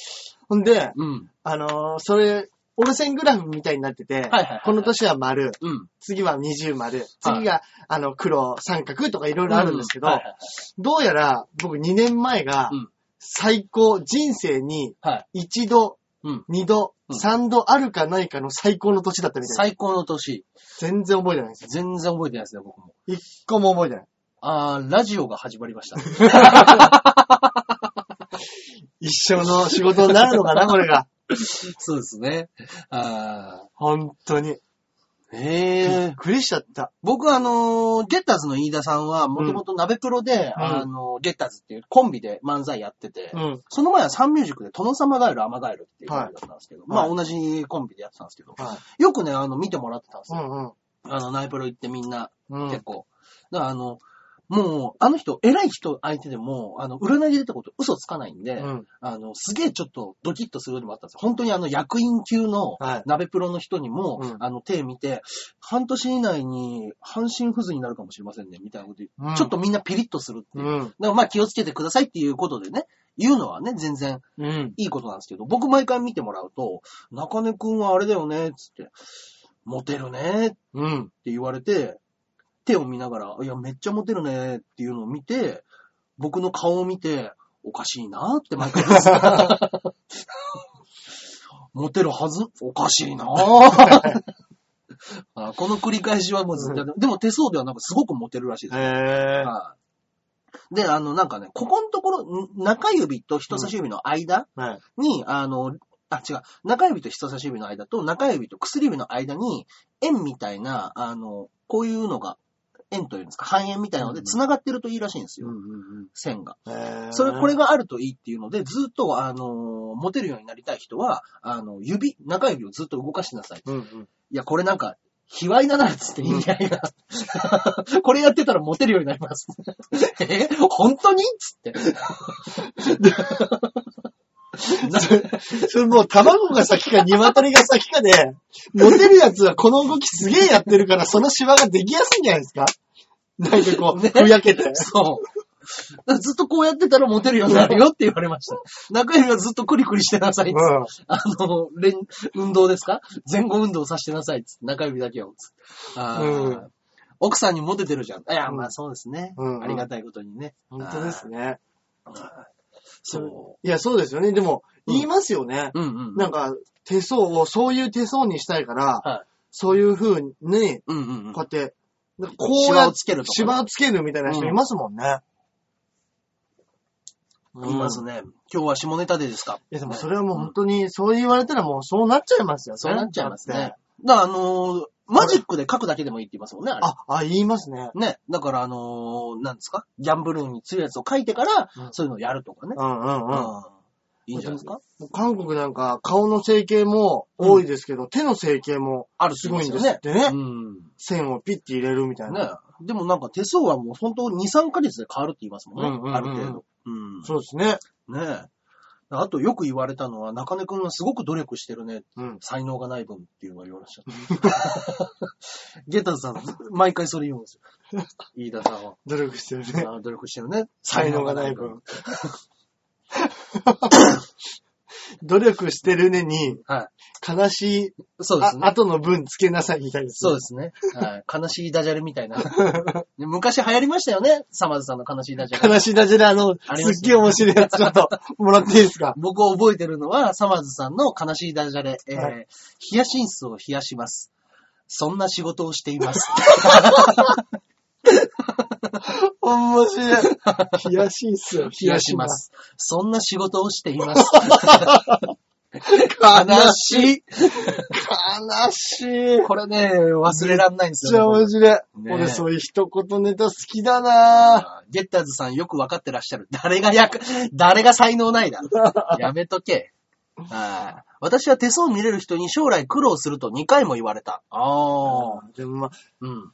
Speaker 2: ほんで、
Speaker 1: うん。
Speaker 2: あのーそれ、折れ線グラフみたいになってて、
Speaker 1: はいはい
Speaker 2: この年は丸、
Speaker 1: うん。
Speaker 2: 次は二重丸、次が、あの、黒、三角とかいろいろあるんですけど、
Speaker 1: はいはいはい
Speaker 2: どうやら僕2年前が
Speaker 1: うん、
Speaker 2: 最高、人生に
Speaker 1: はい。
Speaker 2: 一度、
Speaker 1: うん
Speaker 2: 二度、
Speaker 1: うん
Speaker 2: 三度あるかないかの最高の年だったみたい
Speaker 1: 最高の年。
Speaker 2: です。全然覚えてないですよ。
Speaker 1: 全然覚えてないですね、僕も。
Speaker 2: 一個も覚えてない。
Speaker 1: あー、ラジオが始まり ました。
Speaker 2: 一生の仕事になるのかな、これが。
Speaker 1: そうですね。あ
Speaker 2: 本当に。
Speaker 1: ー。え
Speaker 2: び
Speaker 1: ー
Speaker 2: っ、くりしちゃった。
Speaker 1: 僕はあのーゲッターズの飯田さんは、もともと鍋プロで、
Speaker 2: うん
Speaker 1: あのーゲッターズっていうコンビで漫才やってて、
Speaker 2: うん。
Speaker 1: その前はサンミュージックで殿様ガエル、アマガエルっていうコンビだったんですけど、
Speaker 2: はい
Speaker 1: まあ同じコンビでやってたんですけど、
Speaker 2: はい。
Speaker 1: よくね、あの、見てもらってたんです
Speaker 2: う
Speaker 1: よ。
Speaker 2: んうん。
Speaker 1: あの、ナイプロ行ってみんな
Speaker 2: うん
Speaker 1: 結構。だからあの、もう、あの人、偉い人相手でも、あの、占いで出たこと嘘つかないんで、
Speaker 2: うん。
Speaker 1: あの、すげえちょっとドキッとするのもあったんですよ。本当にあの、役員級の、
Speaker 2: はい。
Speaker 1: 鍋プロの人にも、
Speaker 2: うん
Speaker 1: あの、手見て、半年以内に、半身不随になるかもしれませんね、みたいなこと言う、
Speaker 2: うん
Speaker 1: ちょっとみんなピリッとするっていう。
Speaker 2: うん。
Speaker 1: だからまあ気をつけてくださいっていうことでね、言うのはね、全然
Speaker 2: うん。
Speaker 1: いいことなんですけど、僕毎回見てもらうと、中根くんはあれだよね、つって、モテるね、って
Speaker 2: うん。
Speaker 1: 言われて、手を見ながら、いや、めっちゃモテるね、っていうのを見て、僕の顔を見て、おかしいなって毎回です。 モテるはずおかしいなあこの繰り返しはもうずっとやって、でも手相ではなんかすごくモテるらしいです。
Speaker 2: へー。
Speaker 1: はい。で、あの、なんかね、ここのところ、ん中指と人差し指の間
Speaker 2: はい。
Speaker 1: に、あの、あ、違う、中指と人差し指の間と中指と薬指の間に、円みたいな、あの、こういうのが、円というんですか、半円みたいなので
Speaker 2: うん
Speaker 1: 繋がってるといいらしいんですよ、
Speaker 2: ん
Speaker 1: 線が。
Speaker 2: うん
Speaker 1: それ、これ、があるといいっていうので、ずっと、あの、持てるようになりたい人は、あの、指、中指をずっと動かしてなさい。
Speaker 2: うんうん。
Speaker 1: いや、これなんか、卑猥だな、つって意味合いが。 これやってたらモテるようになります。え本当につって。な
Speaker 2: それもう卵が先か鶏が先かで、モテるやつはこの動きすげえやってるから、そのシワができやすいんじゃないですかなんか こう、
Speaker 1: ね
Speaker 2: ふやけて。
Speaker 1: そう。ずっとこうやってたらモテるようになるよって言われました。中指はずっとクリクリしてなさいっつって。あの、連、運動ですか前後運動させてなさいっつって。中指だけを。つってあー
Speaker 2: うん
Speaker 1: 奥さんにモテてるじゃん。いや、
Speaker 2: うん
Speaker 1: まあそうですね。
Speaker 2: うんうん
Speaker 1: ありがたいことにね。
Speaker 2: 本当ですね。
Speaker 1: そ
Speaker 2: いや、そうですよね。でも、
Speaker 1: うん
Speaker 2: 言いますよね。
Speaker 1: う。うんうん。
Speaker 2: なんか、手相を、そういう手相にしたいから、
Speaker 1: はい
Speaker 2: そういう風に、
Speaker 1: うんうんうん
Speaker 2: こ。うやって、なんかこ
Speaker 1: シ
Speaker 2: う
Speaker 1: ワ
Speaker 2: や
Speaker 1: を
Speaker 2: っ
Speaker 1: つけるとか。
Speaker 2: 芝をつけるみたいな人いますもんね。うん
Speaker 1: いますね。今日は下ネタでですか
Speaker 2: いや、でもそれはもう本当に、そう言われたらもうそうなっちゃいますよね。
Speaker 1: そうなっちゃいます
Speaker 2: だっ
Speaker 1: ね
Speaker 2: て。。
Speaker 1: だから、あのーマジックで書くだけでもいいって言いますもんね、あれ。
Speaker 2: あ、あ、言いますね。
Speaker 1: ね。だから、あのーなんですかギャンブルーに強いやつを書いてから、
Speaker 2: うん
Speaker 1: そういうのをやるとかね。
Speaker 2: うんうんうん。
Speaker 1: うんいいんじゃないですか
Speaker 2: 韓国なんか顔の整形も多いですけど、手の整形も
Speaker 1: ある
Speaker 2: すごいんです
Speaker 1: ね
Speaker 2: っ。てね。
Speaker 1: うん。
Speaker 2: 線をピッて入れるみたいな。
Speaker 1: ね。でもなんか手相はもう本当2、3ヶ月で変わるって言いますもんね。
Speaker 2: うんうんうんうん
Speaker 1: ある程度。うん。
Speaker 2: そうですね。
Speaker 1: ねあとよく言われたのは、中根くんはすごく努力してるね。
Speaker 2: うん。
Speaker 1: 才能がない分っていうのは言われちゃった。 ゲタさん、毎回それ言うんですよ。飯田さんは。
Speaker 2: 努力してる ね。
Speaker 1: あー努力してるね。
Speaker 2: 才能がない分。。 努力してるねに、
Speaker 1: はい。
Speaker 2: 悲しい、
Speaker 1: そうです
Speaker 2: あ
Speaker 1: ね。
Speaker 2: 後の分つけなさいみたいです、
Speaker 1: そうですね。はい。悲しいダジャレみたいな。 で昔流行りましたよね。サマーズさんの悲しいダジャレ。
Speaker 2: 悲しいダジャレ、あの、
Speaker 1: あり
Speaker 2: す
Speaker 1: ま
Speaker 2: っ
Speaker 1: すね
Speaker 2: げえ面白いやつ、ちょっと、もらっていいですか
Speaker 1: 僕を覚えてるのは、サマーズさんの悲しいダジャレ。えー
Speaker 2: は
Speaker 1: ヒヤシンスを冷やします。そんな仕事をしています。
Speaker 2: 面 白い。 冷やしいっすよ、
Speaker 1: 冷やしま。す。そんな仕事をしています。悲しい。
Speaker 2: 悲しい。めっ
Speaker 1: これね、忘れらんないんです
Speaker 2: ちゃ
Speaker 1: よ、ね。
Speaker 2: 面白い。
Speaker 1: ねえ
Speaker 2: 俺、そういう一言ネタ好きだなぁ。
Speaker 1: ゲッターズさんよくわかってらっしゃる。誰が役、誰が才能ない だ。やめとけ。はい私は手相見れる人に将来苦労すると2回も言われた。ああ。
Speaker 2: でもまあ、
Speaker 1: うん。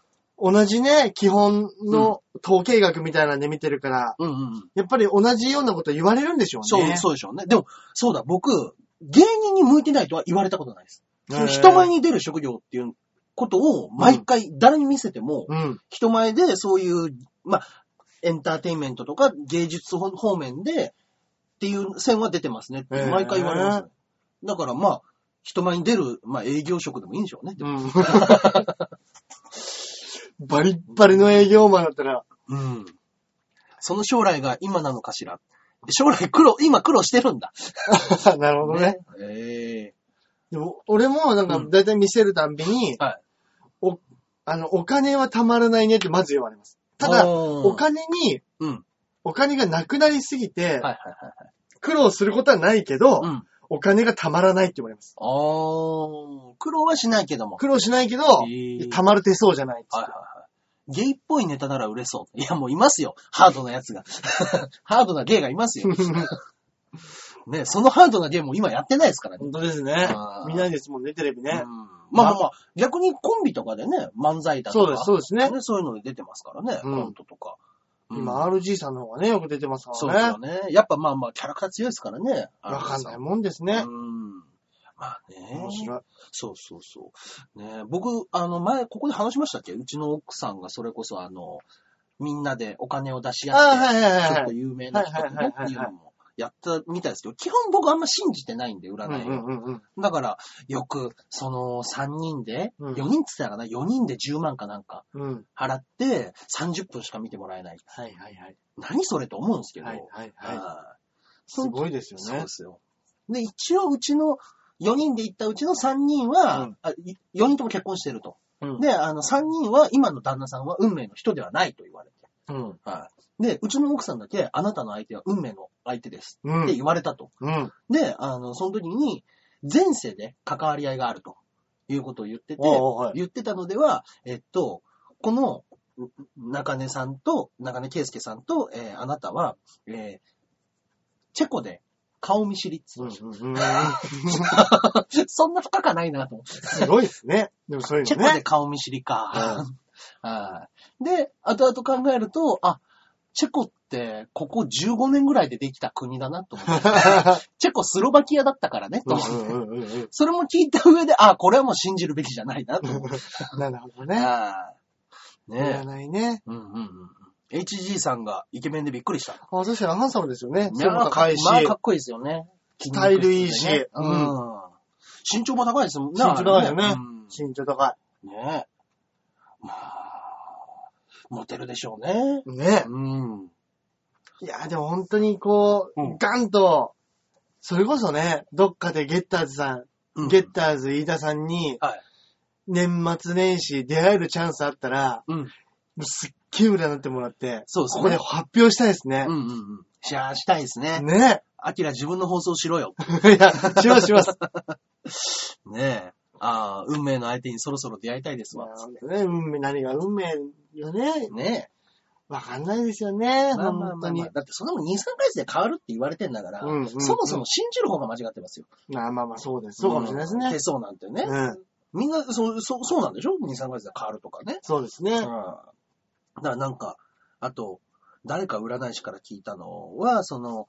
Speaker 2: 同じね、基本の統計学みたいなんで見てるから、
Speaker 1: うんうんうん。
Speaker 2: やっぱり同じようなこと言われるんでしょう
Speaker 1: そう、
Speaker 2: ね。
Speaker 1: そうでしょうね。でも、そうだ、僕、芸人に向いてないとは言われたことないです。その人前
Speaker 2: に。
Speaker 1: に出る職業っていうことを、毎回、誰に見せても、
Speaker 2: うん。
Speaker 1: 人前でそういう、まあ、エンターテインメントとか芸術方面でっていう線は出てますねって毎回言われます、ねだからまあ、人前に出る、まあ営業職でもいいんでしょうね。
Speaker 2: うん。バリッバリの営業マンだったら、
Speaker 1: うん。その将来が今なのかしら。将来苦労、今苦労してるんだ。
Speaker 2: なるほどね。
Speaker 1: ええ
Speaker 2: でも、俺もなんか
Speaker 1: うん、
Speaker 2: だいたい見せるたんびに、
Speaker 1: はい
Speaker 2: お、あの、お金は貯まらないねってまず言われます。ただ、お
Speaker 1: お金、
Speaker 2: 金に、
Speaker 1: うん。はい
Speaker 2: お金がなくなりすぎて、
Speaker 1: はいはい
Speaker 2: 苦労することはないけど、
Speaker 1: はい。うん。
Speaker 2: お金が貯まらないって言われます。
Speaker 1: ああ、苦労はしないけども。
Speaker 2: 苦労しないけど、
Speaker 1: へー
Speaker 2: 貯まる手そうじゃないっつって
Speaker 1: はいはいはい。ゲイっぽいネタなら売れそう。いや、もういますよ。ハードなやつが。 ハードなゲイがいます よ。ね、そのハードなゲイも今やってないですからね。
Speaker 2: 本当ですね
Speaker 1: あー。
Speaker 2: 見ないですもんね、テレビね。
Speaker 1: まあまあまあ、逆にコンビとかでね、漫才だとか。
Speaker 2: そうです、そうですね。
Speaker 1: ね。そういうので出てますからね、
Speaker 2: うん
Speaker 1: コントとか。
Speaker 2: 今 RG さんの方がね、よく出てます
Speaker 1: そう
Speaker 2: か
Speaker 1: です
Speaker 2: ら
Speaker 1: よ
Speaker 2: ね。
Speaker 1: ね。やっぱまあまあ、キャラクター強いですからね。
Speaker 2: わかんないいもんです
Speaker 1: ね。
Speaker 2: ね。
Speaker 1: うん。まあね。
Speaker 2: 面白い。
Speaker 1: そうそうそう。ね僕、あの、前、ここで話しましたっけうちの奥さんがそれこそ、あの、みんなでお金を出し
Speaker 2: あ
Speaker 1: 合
Speaker 2: あ、
Speaker 1: って、
Speaker 2: はいはい
Speaker 1: ちょ
Speaker 2: は
Speaker 1: っ
Speaker 2: いは
Speaker 1: と
Speaker 2: い。
Speaker 1: 有名な人とねっていうのもやったみたいですけど、基本僕あんま信じてないんで、占いを。
Speaker 2: うんうんうんうん。
Speaker 1: だから、よく、その、3人で、
Speaker 2: う
Speaker 1: 4
Speaker 2: ん
Speaker 1: 人って言ったらな、4人で10万かなんか
Speaker 2: うん。
Speaker 1: 払って、30分しか見てもらえない。
Speaker 2: はいはいはい。
Speaker 1: 何それと思うんですけど。
Speaker 2: はいはいはい。
Speaker 1: はい
Speaker 2: すごいですよ
Speaker 1: そう
Speaker 2: ね
Speaker 1: で。すよ。で、一応、うちの、4人で行ったうちの3人は、
Speaker 2: うん
Speaker 1: 4人とも結婚してると。
Speaker 2: うん
Speaker 1: で、あの、3人は、今の旦那さんは運命の人ではないと言われて。
Speaker 2: うん。
Speaker 1: はい。で、うちの奥さんだけ、あなたの相手は運命の相手です。
Speaker 2: うん
Speaker 1: って言われたと。
Speaker 2: うん。
Speaker 1: で、あの、その時に、前世で関わり合いがあるということを言ってて、
Speaker 2: おうおうはい
Speaker 1: 言ってたのでは、えっと、この、う中根さんと、中根圭介さんと、えーあなたは、えーチェコで顔見知りっつ
Speaker 2: う
Speaker 1: うんの
Speaker 2: うんうん
Speaker 1: そんな深かないなと思って。
Speaker 2: すごいですね。でもそういう
Speaker 1: チェ
Speaker 2: の
Speaker 1: コで
Speaker 2: ね。
Speaker 1: 顔見知りか。はいで、後々考えると、あ、チェコって、ここ15年ぐらいでできた国だなと思 って。チェコスロバキアだったからね、と
Speaker 2: う
Speaker 1: 思って
Speaker 2: んうんうんうん
Speaker 1: それも聞いた上で、あ、これはもう信じるべきじゃないなと思って。
Speaker 2: うんなるほどね。
Speaker 1: あーねえ。
Speaker 2: 占いね。
Speaker 1: うんうんうん。HG さんがイケメンでびっくりした。
Speaker 2: あ、確かにハンサムですよね。
Speaker 1: い
Speaker 2: 背
Speaker 1: や
Speaker 2: も
Speaker 1: まあか
Speaker 2: 高
Speaker 1: っ
Speaker 2: いし。
Speaker 1: まあかっこいいですよね。
Speaker 2: スタイルいいし
Speaker 1: 筋肉質でね
Speaker 2: うん
Speaker 1: うん。身長も高いですもんね。
Speaker 2: 身長高いよね
Speaker 1: あれうん
Speaker 2: 身長高
Speaker 1: ねえ。まあ、モテるでしょうね。
Speaker 2: い。ね。
Speaker 1: うん。
Speaker 2: いや、でも本当にこう、
Speaker 1: うん
Speaker 2: ガンと、それこそね、どっかでゲッターズさん、
Speaker 1: うん
Speaker 2: ゲッターズ飯田さんに、
Speaker 1: はい
Speaker 2: 年末年始出会えるチャンスあったら、
Speaker 1: うん。
Speaker 2: すっげえ占ってもらって、
Speaker 1: そうですね
Speaker 2: ここで発表したいですね
Speaker 1: うん。うんうん。シェアしたいですね。
Speaker 2: ね。
Speaker 1: アキラ自分の放送しろよ。
Speaker 2: いや、しますします。
Speaker 1: ねえ。ああ、運命の相手にそろそろ出会いたいです
Speaker 2: ま
Speaker 1: わ。
Speaker 2: あ本当ね、運命、何が運命よね。
Speaker 1: ね
Speaker 2: わかんないですよね、
Speaker 1: え。まあまあ
Speaker 2: 本
Speaker 1: ま
Speaker 2: 当
Speaker 1: あ
Speaker 2: に
Speaker 1: まあ。。だってそんなもん2、3ヶ月で変わるって言われてんだから、
Speaker 2: うんうんうん
Speaker 1: そもそも信じる方が間違ってますよ。
Speaker 2: まあまあまあ、そうです。そうかもしれないですね
Speaker 1: 手。相なんてね。
Speaker 2: うん。
Speaker 1: みんな、そう、そう、そうなんでしょ ?2、3ヶ月で変わるとかね。
Speaker 2: そうです
Speaker 1: うん。だ
Speaker 2: ね。
Speaker 1: からなんか、あと、誰か占い師から聞いたのは、その、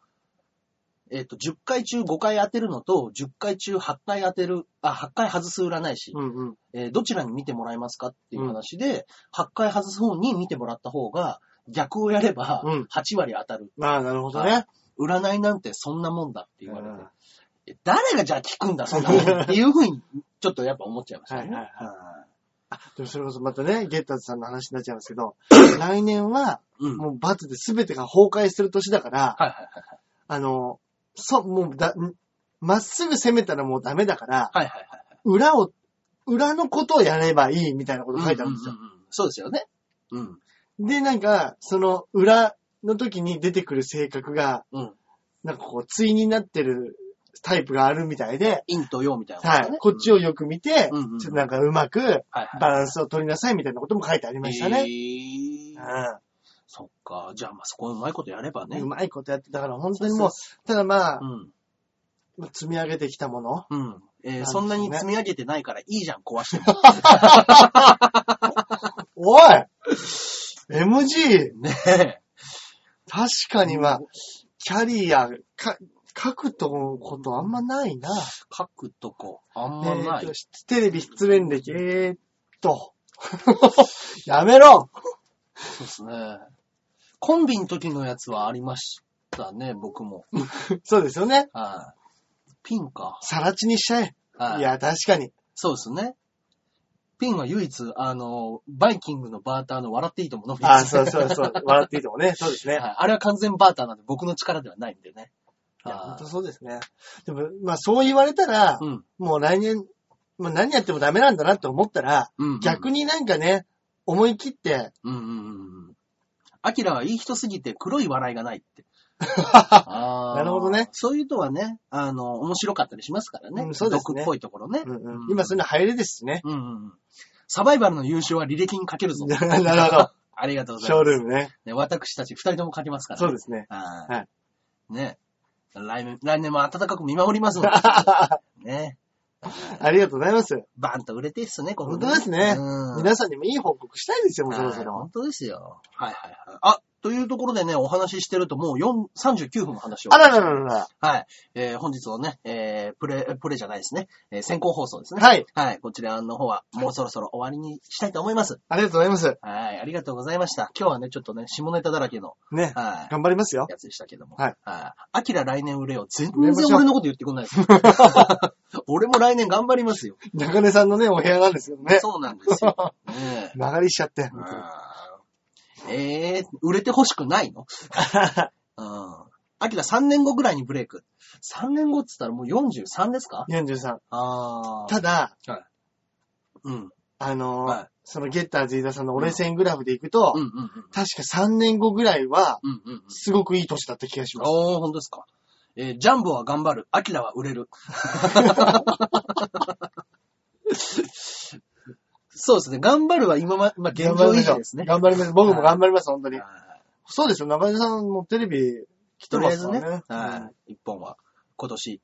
Speaker 1: えっ、と、10回中5回当てるのと、10回中8回当てる、あ、8回外す占い師、
Speaker 2: うんうん。
Speaker 1: えーどちらに見てもらえますかっていう話で、8回外す方に見てもらった方が、逆をやれば
Speaker 2: うん、
Speaker 1: 8割当たる。
Speaker 2: まあ、なるほどね。
Speaker 1: 占いなんてそんなもんだって言われて、
Speaker 2: うん
Speaker 1: え誰がじゃあ聞くん だ、そんなもんっていうふうに、ちょっとやっぱ思っちゃいましたね。
Speaker 2: はいはいはい
Speaker 1: は
Speaker 2: でもそれこそまたね、ゲッターズさんの話になっちゃいますけ ど、来年は、
Speaker 1: い。うん。
Speaker 2: もう罰で全てが崩壊する年だから、
Speaker 1: はいはいはい。
Speaker 2: あの、そ、もうだ、んまっすぐ攻めたらもうダメだから、
Speaker 1: はいはいはい。
Speaker 2: 裏を、裏のことをやればいいみたいなこと書いてあるんですよ。
Speaker 1: うんうんうんそうですよね。うん。
Speaker 2: で、なんか、その裏の時に出てくる性格が、
Speaker 1: うん。
Speaker 2: なんかこう、対になってるタイプがあるみたいで、
Speaker 1: 陰と陽みたいなこと
Speaker 2: は
Speaker 1: ね、
Speaker 2: い。こっちをよく見て、
Speaker 1: うんうん
Speaker 2: ちょっとなんかうまく
Speaker 1: はいはい。
Speaker 2: バランスを取りなさいみたいなことも書いてありました
Speaker 1: え
Speaker 2: ね。
Speaker 1: ー
Speaker 2: うん
Speaker 1: そっか。じゃあ、まあ、そこをうまいことやればね。
Speaker 2: うまいことやって、だから本当
Speaker 1: そう
Speaker 2: に
Speaker 1: そ
Speaker 2: も
Speaker 1: う
Speaker 2: う、ただまあ
Speaker 1: う、ん。
Speaker 2: 積み上げてきたもの。
Speaker 1: うん。えー
Speaker 2: ね
Speaker 1: そんなに積み上げてないからいいじゃん、壊しても。
Speaker 2: おい !MG!
Speaker 1: ね え。
Speaker 2: 確かにまあ、キャリア、か、書くと思うことあんまないな。
Speaker 1: 書くとこ、あんまない。
Speaker 2: えーとテレビ出演歴、えーっと。 やめろ
Speaker 1: そうですね。コンビの時のやつはありましたね、僕も。
Speaker 2: そうですよね。
Speaker 1: はい。ピンか。
Speaker 2: さらちにしちゃえ。
Speaker 1: はい
Speaker 2: いや、確かに。
Speaker 1: そうですね。ピンは唯一、あの、バイキングのバーターの笑っていいとものみ
Speaker 2: あ
Speaker 1: で
Speaker 2: ー、
Speaker 1: す。
Speaker 2: そうそうそう。笑っていいともね。そうですね。
Speaker 1: はいあれは完全バーターなんで僕の力ではないんでね。
Speaker 2: いや、
Speaker 1: あー
Speaker 2: 本当そうですね。でも、まあそう言われたら、
Speaker 1: うん。
Speaker 2: もう来年、まあ何やってもダメなんだなって思ったら、
Speaker 1: うん、うん。
Speaker 2: 逆になんかね、思い切って、
Speaker 1: うんうんうんうん。アキラはいい人すぎて黒い笑いがない って。あー
Speaker 2: なるほどね。
Speaker 1: そういうとはね、あの、面白かったりしますからね。
Speaker 2: うんそうですね
Speaker 1: 毒っぽいところね。
Speaker 2: 今そういうの入れですしね。
Speaker 1: うんうんうん。サバイバルの優勝は履歴にかけるぞ。
Speaker 2: なるほど。
Speaker 1: ありがとうござい
Speaker 2: シ
Speaker 1: ます。
Speaker 2: ョールームね。
Speaker 1: ね、私たち二人ともかけますから、
Speaker 2: そう
Speaker 1: す。
Speaker 2: ですね。
Speaker 1: はい。
Speaker 2: はい
Speaker 1: ね。来年、来年も暖かく見守りますので。 ね。
Speaker 2: ありがとうございます。
Speaker 1: バンと売れていいっすね、ここ
Speaker 2: 本当ですね
Speaker 1: うん。
Speaker 2: 皆さんにもいい報告したいですよ、もうそろそ
Speaker 1: はい
Speaker 2: ろ。
Speaker 1: 本当ですよ。はいはいはい。あ、というところでね、お話ししてるともう4 39分の話を。
Speaker 2: あららららら
Speaker 1: はい。えー本日のね、えープレ、プレじゃないですね。えー先行放送ですね。
Speaker 2: はい。
Speaker 1: はい。こちらの方はもうそろそろ終わりにしたいと思います。
Speaker 2: ありがとうございます。
Speaker 1: はい。ありがとうございました。今日はね、ちょっとね、下ネタだらけの、
Speaker 2: ね。
Speaker 1: はい。
Speaker 2: 頑張りますよ。
Speaker 1: やつでしたけども。
Speaker 2: はい。
Speaker 1: アキラ来年売れよ。全
Speaker 2: 売れましょ
Speaker 1: 然
Speaker 2: う
Speaker 1: 俺のこと言ってくんないですよ。俺も来年頑張りますよ。
Speaker 2: 中根さんのね、お部屋なんですけどね。
Speaker 1: そうなんですよ。ねえ
Speaker 2: 曲がりしちゃって。
Speaker 1: うんえー、売れて欲しくないのうん。アキラ3年後ぐらいにブレイク。3年後って言ったらもう43ですか
Speaker 2: 43。
Speaker 1: あー。
Speaker 2: ただ、
Speaker 1: うん。
Speaker 2: あのー
Speaker 1: はい
Speaker 2: そのゲッターズ飯田さんの折れ線グラフでいくと、
Speaker 1: うんうんうん。
Speaker 2: 確か3年後ぐらいは、
Speaker 1: うんうんうん。
Speaker 2: すごくいい年だった気がします。
Speaker 1: おー、ほんとですか。えージャンボは頑張る。アキラは売れる。 そうですね。頑張るは今ま、まあ、現状維持ですね。
Speaker 2: 頑張ります。僕も頑張ります、本当に。
Speaker 1: はい
Speaker 2: そうですよ、中根さんもテレビ来て
Speaker 1: とりあ
Speaker 2: ま
Speaker 1: え
Speaker 2: す
Speaker 1: ず
Speaker 2: か
Speaker 1: ね、
Speaker 2: らね。
Speaker 1: はい。一本は今年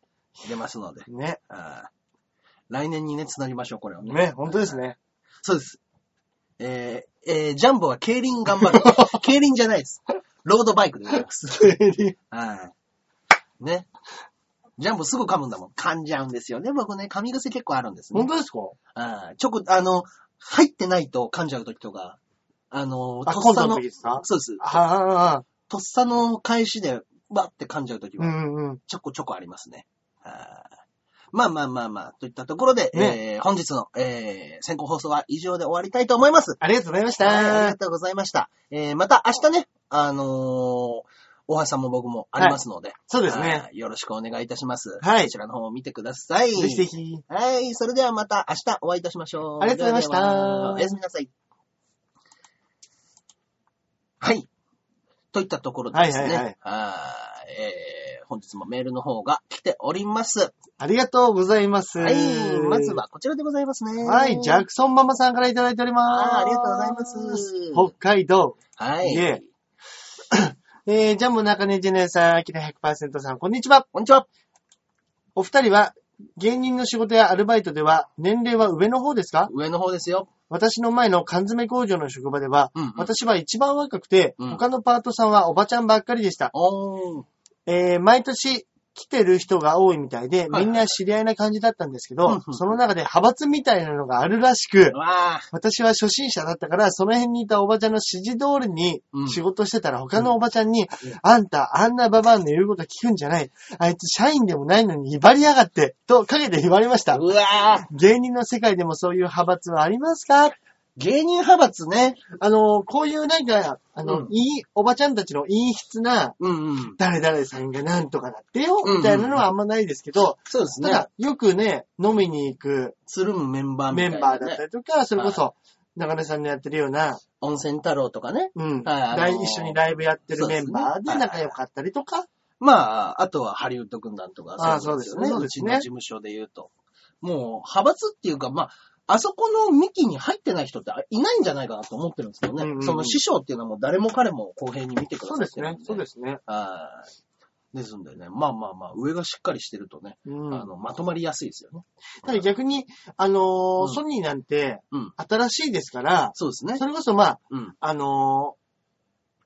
Speaker 1: 出ますので。
Speaker 2: うんね。
Speaker 1: はい来年にね、繋ぎましょう、これをね。
Speaker 2: ね、本当ですね。
Speaker 1: そうです。えー、えージャンボは競輪頑張 る。競輪じゃないです。ロードバイクでございます。はい。ね。ジャンボすぐ噛むんだもん。噛んじゃうんですよね。僕ね、噛み癖結構あるんですね。
Speaker 2: 本当ですか
Speaker 1: あーちょこ、あの、入ってないと噛んじゃう時とか、あの、
Speaker 2: あ、
Speaker 1: と
Speaker 2: コ
Speaker 1: っ
Speaker 2: ント
Speaker 1: さの
Speaker 2: の時、ですか
Speaker 1: そうです。
Speaker 2: ああ、ああ
Speaker 1: とっさの返しで、バって噛んじゃう時
Speaker 2: う
Speaker 1: は、
Speaker 2: んうんうん。
Speaker 1: ちょこちょこありますね。あーまあまあまあまあ、といったところで、
Speaker 2: ね
Speaker 1: えー本日の、えー先行放送は以上で終わりたいと思います。
Speaker 2: ありがとうございまし
Speaker 1: はいあり
Speaker 2: た
Speaker 1: が。とうございました。えーまた明日ね、あのー、大橋さんも僕もありますので、
Speaker 2: そうですね。
Speaker 1: はいよろしくお願いいたします。
Speaker 2: はい
Speaker 1: こちらの方を見てください。
Speaker 2: ぜひぜひ。
Speaker 1: はい、それではまた明日お会いいたしましょう。
Speaker 2: ありがとうございました
Speaker 1: ではではおやすみなさい。はい。といったところでですね。
Speaker 2: はいはいはい
Speaker 1: はいえー本日もメールの方が来ております。
Speaker 2: ありがとうございます。
Speaker 1: はい。まず。はこちらでございますね。
Speaker 2: はい、ジャクソンママさんからいただいております。
Speaker 1: あーありがとうございます
Speaker 2: 北海道。
Speaker 1: はい。
Speaker 2: いええー、ジャンボ中根ジェネさん、アキラ100%さん、こんにちは。
Speaker 1: こんにちは。
Speaker 2: お二人は、芸人の仕事やアルバイトでは、年齢は上の方ですか
Speaker 1: 上の方ですよ。
Speaker 2: 私の前の缶詰工場の職場では、
Speaker 1: うんうん
Speaker 2: 私は一番若くて、
Speaker 1: うん
Speaker 2: 他のパートさんはおばちゃんばっかりでした。
Speaker 1: おー。
Speaker 2: えー毎年来てる人が多いみたいで、
Speaker 1: はい
Speaker 2: みんな知り合いな感じだったんですけど、
Speaker 1: うんうん
Speaker 2: その中で派閥みたいなのがあるらしく、
Speaker 1: わー。
Speaker 2: 私は初心者だったから、その辺にいたおばちゃんの指示通りに
Speaker 1: うん
Speaker 2: 仕事してたら、他のおばちゃんに、
Speaker 1: うん
Speaker 2: あんた、あんなババアの言うこと聞くんじゃない。あいつ社員でもないのに威張りやがって、と陰で言われました
Speaker 1: う。わー。
Speaker 2: 芸人の世界でもそういう派閥はありますか
Speaker 1: 芸人派閥ね。
Speaker 2: あの、こういうなんか、あの、
Speaker 1: うん
Speaker 2: いい、おばちゃんたちの陰湿な、
Speaker 1: うんうん。
Speaker 2: 誰々さんがなんとかだってよ、
Speaker 1: うんうん
Speaker 2: みたいなのはあんまないですけど、
Speaker 1: そうです
Speaker 2: た
Speaker 1: ね。
Speaker 2: だ、よくね、飲みに行く
Speaker 1: つるむメンバーみた
Speaker 2: メ
Speaker 1: いな、ね。
Speaker 2: ンバーだったりとか、それこそ、中根さんのやってるような、
Speaker 1: 温泉太郎とかね。
Speaker 2: うん、
Speaker 1: はいあのー
Speaker 2: ライブ一緒にライブやってるメンバー
Speaker 1: そうです
Speaker 2: で
Speaker 1: ね
Speaker 2: 仲良かったりとか、
Speaker 1: まあ、あとはハリウッド軍団とか、
Speaker 2: あー
Speaker 1: う
Speaker 2: そう
Speaker 1: で
Speaker 2: ですす
Speaker 1: よ
Speaker 2: ね
Speaker 1: ねうちの事務所で言うと。もう、派閥っていうか、まあ、あそこの幹に入ってない人っていないんじゃないかなと思ってるんですけどね。
Speaker 2: うんうんうん
Speaker 1: その師匠っていうのはもう誰も彼も公平に見てくださってるんで。す。
Speaker 2: すね。
Speaker 1: はい。ですんでね、まあまあまあ、上がしっかりしてるとね、
Speaker 2: うん。
Speaker 1: あの、まとまりやすいですよね。
Speaker 2: ただ逆に、あのー
Speaker 1: うん
Speaker 2: ソニーなんて
Speaker 1: うん、
Speaker 2: 新しいですから、
Speaker 1: そうですね
Speaker 2: そ。れこそまあ、
Speaker 1: うん。
Speaker 2: あの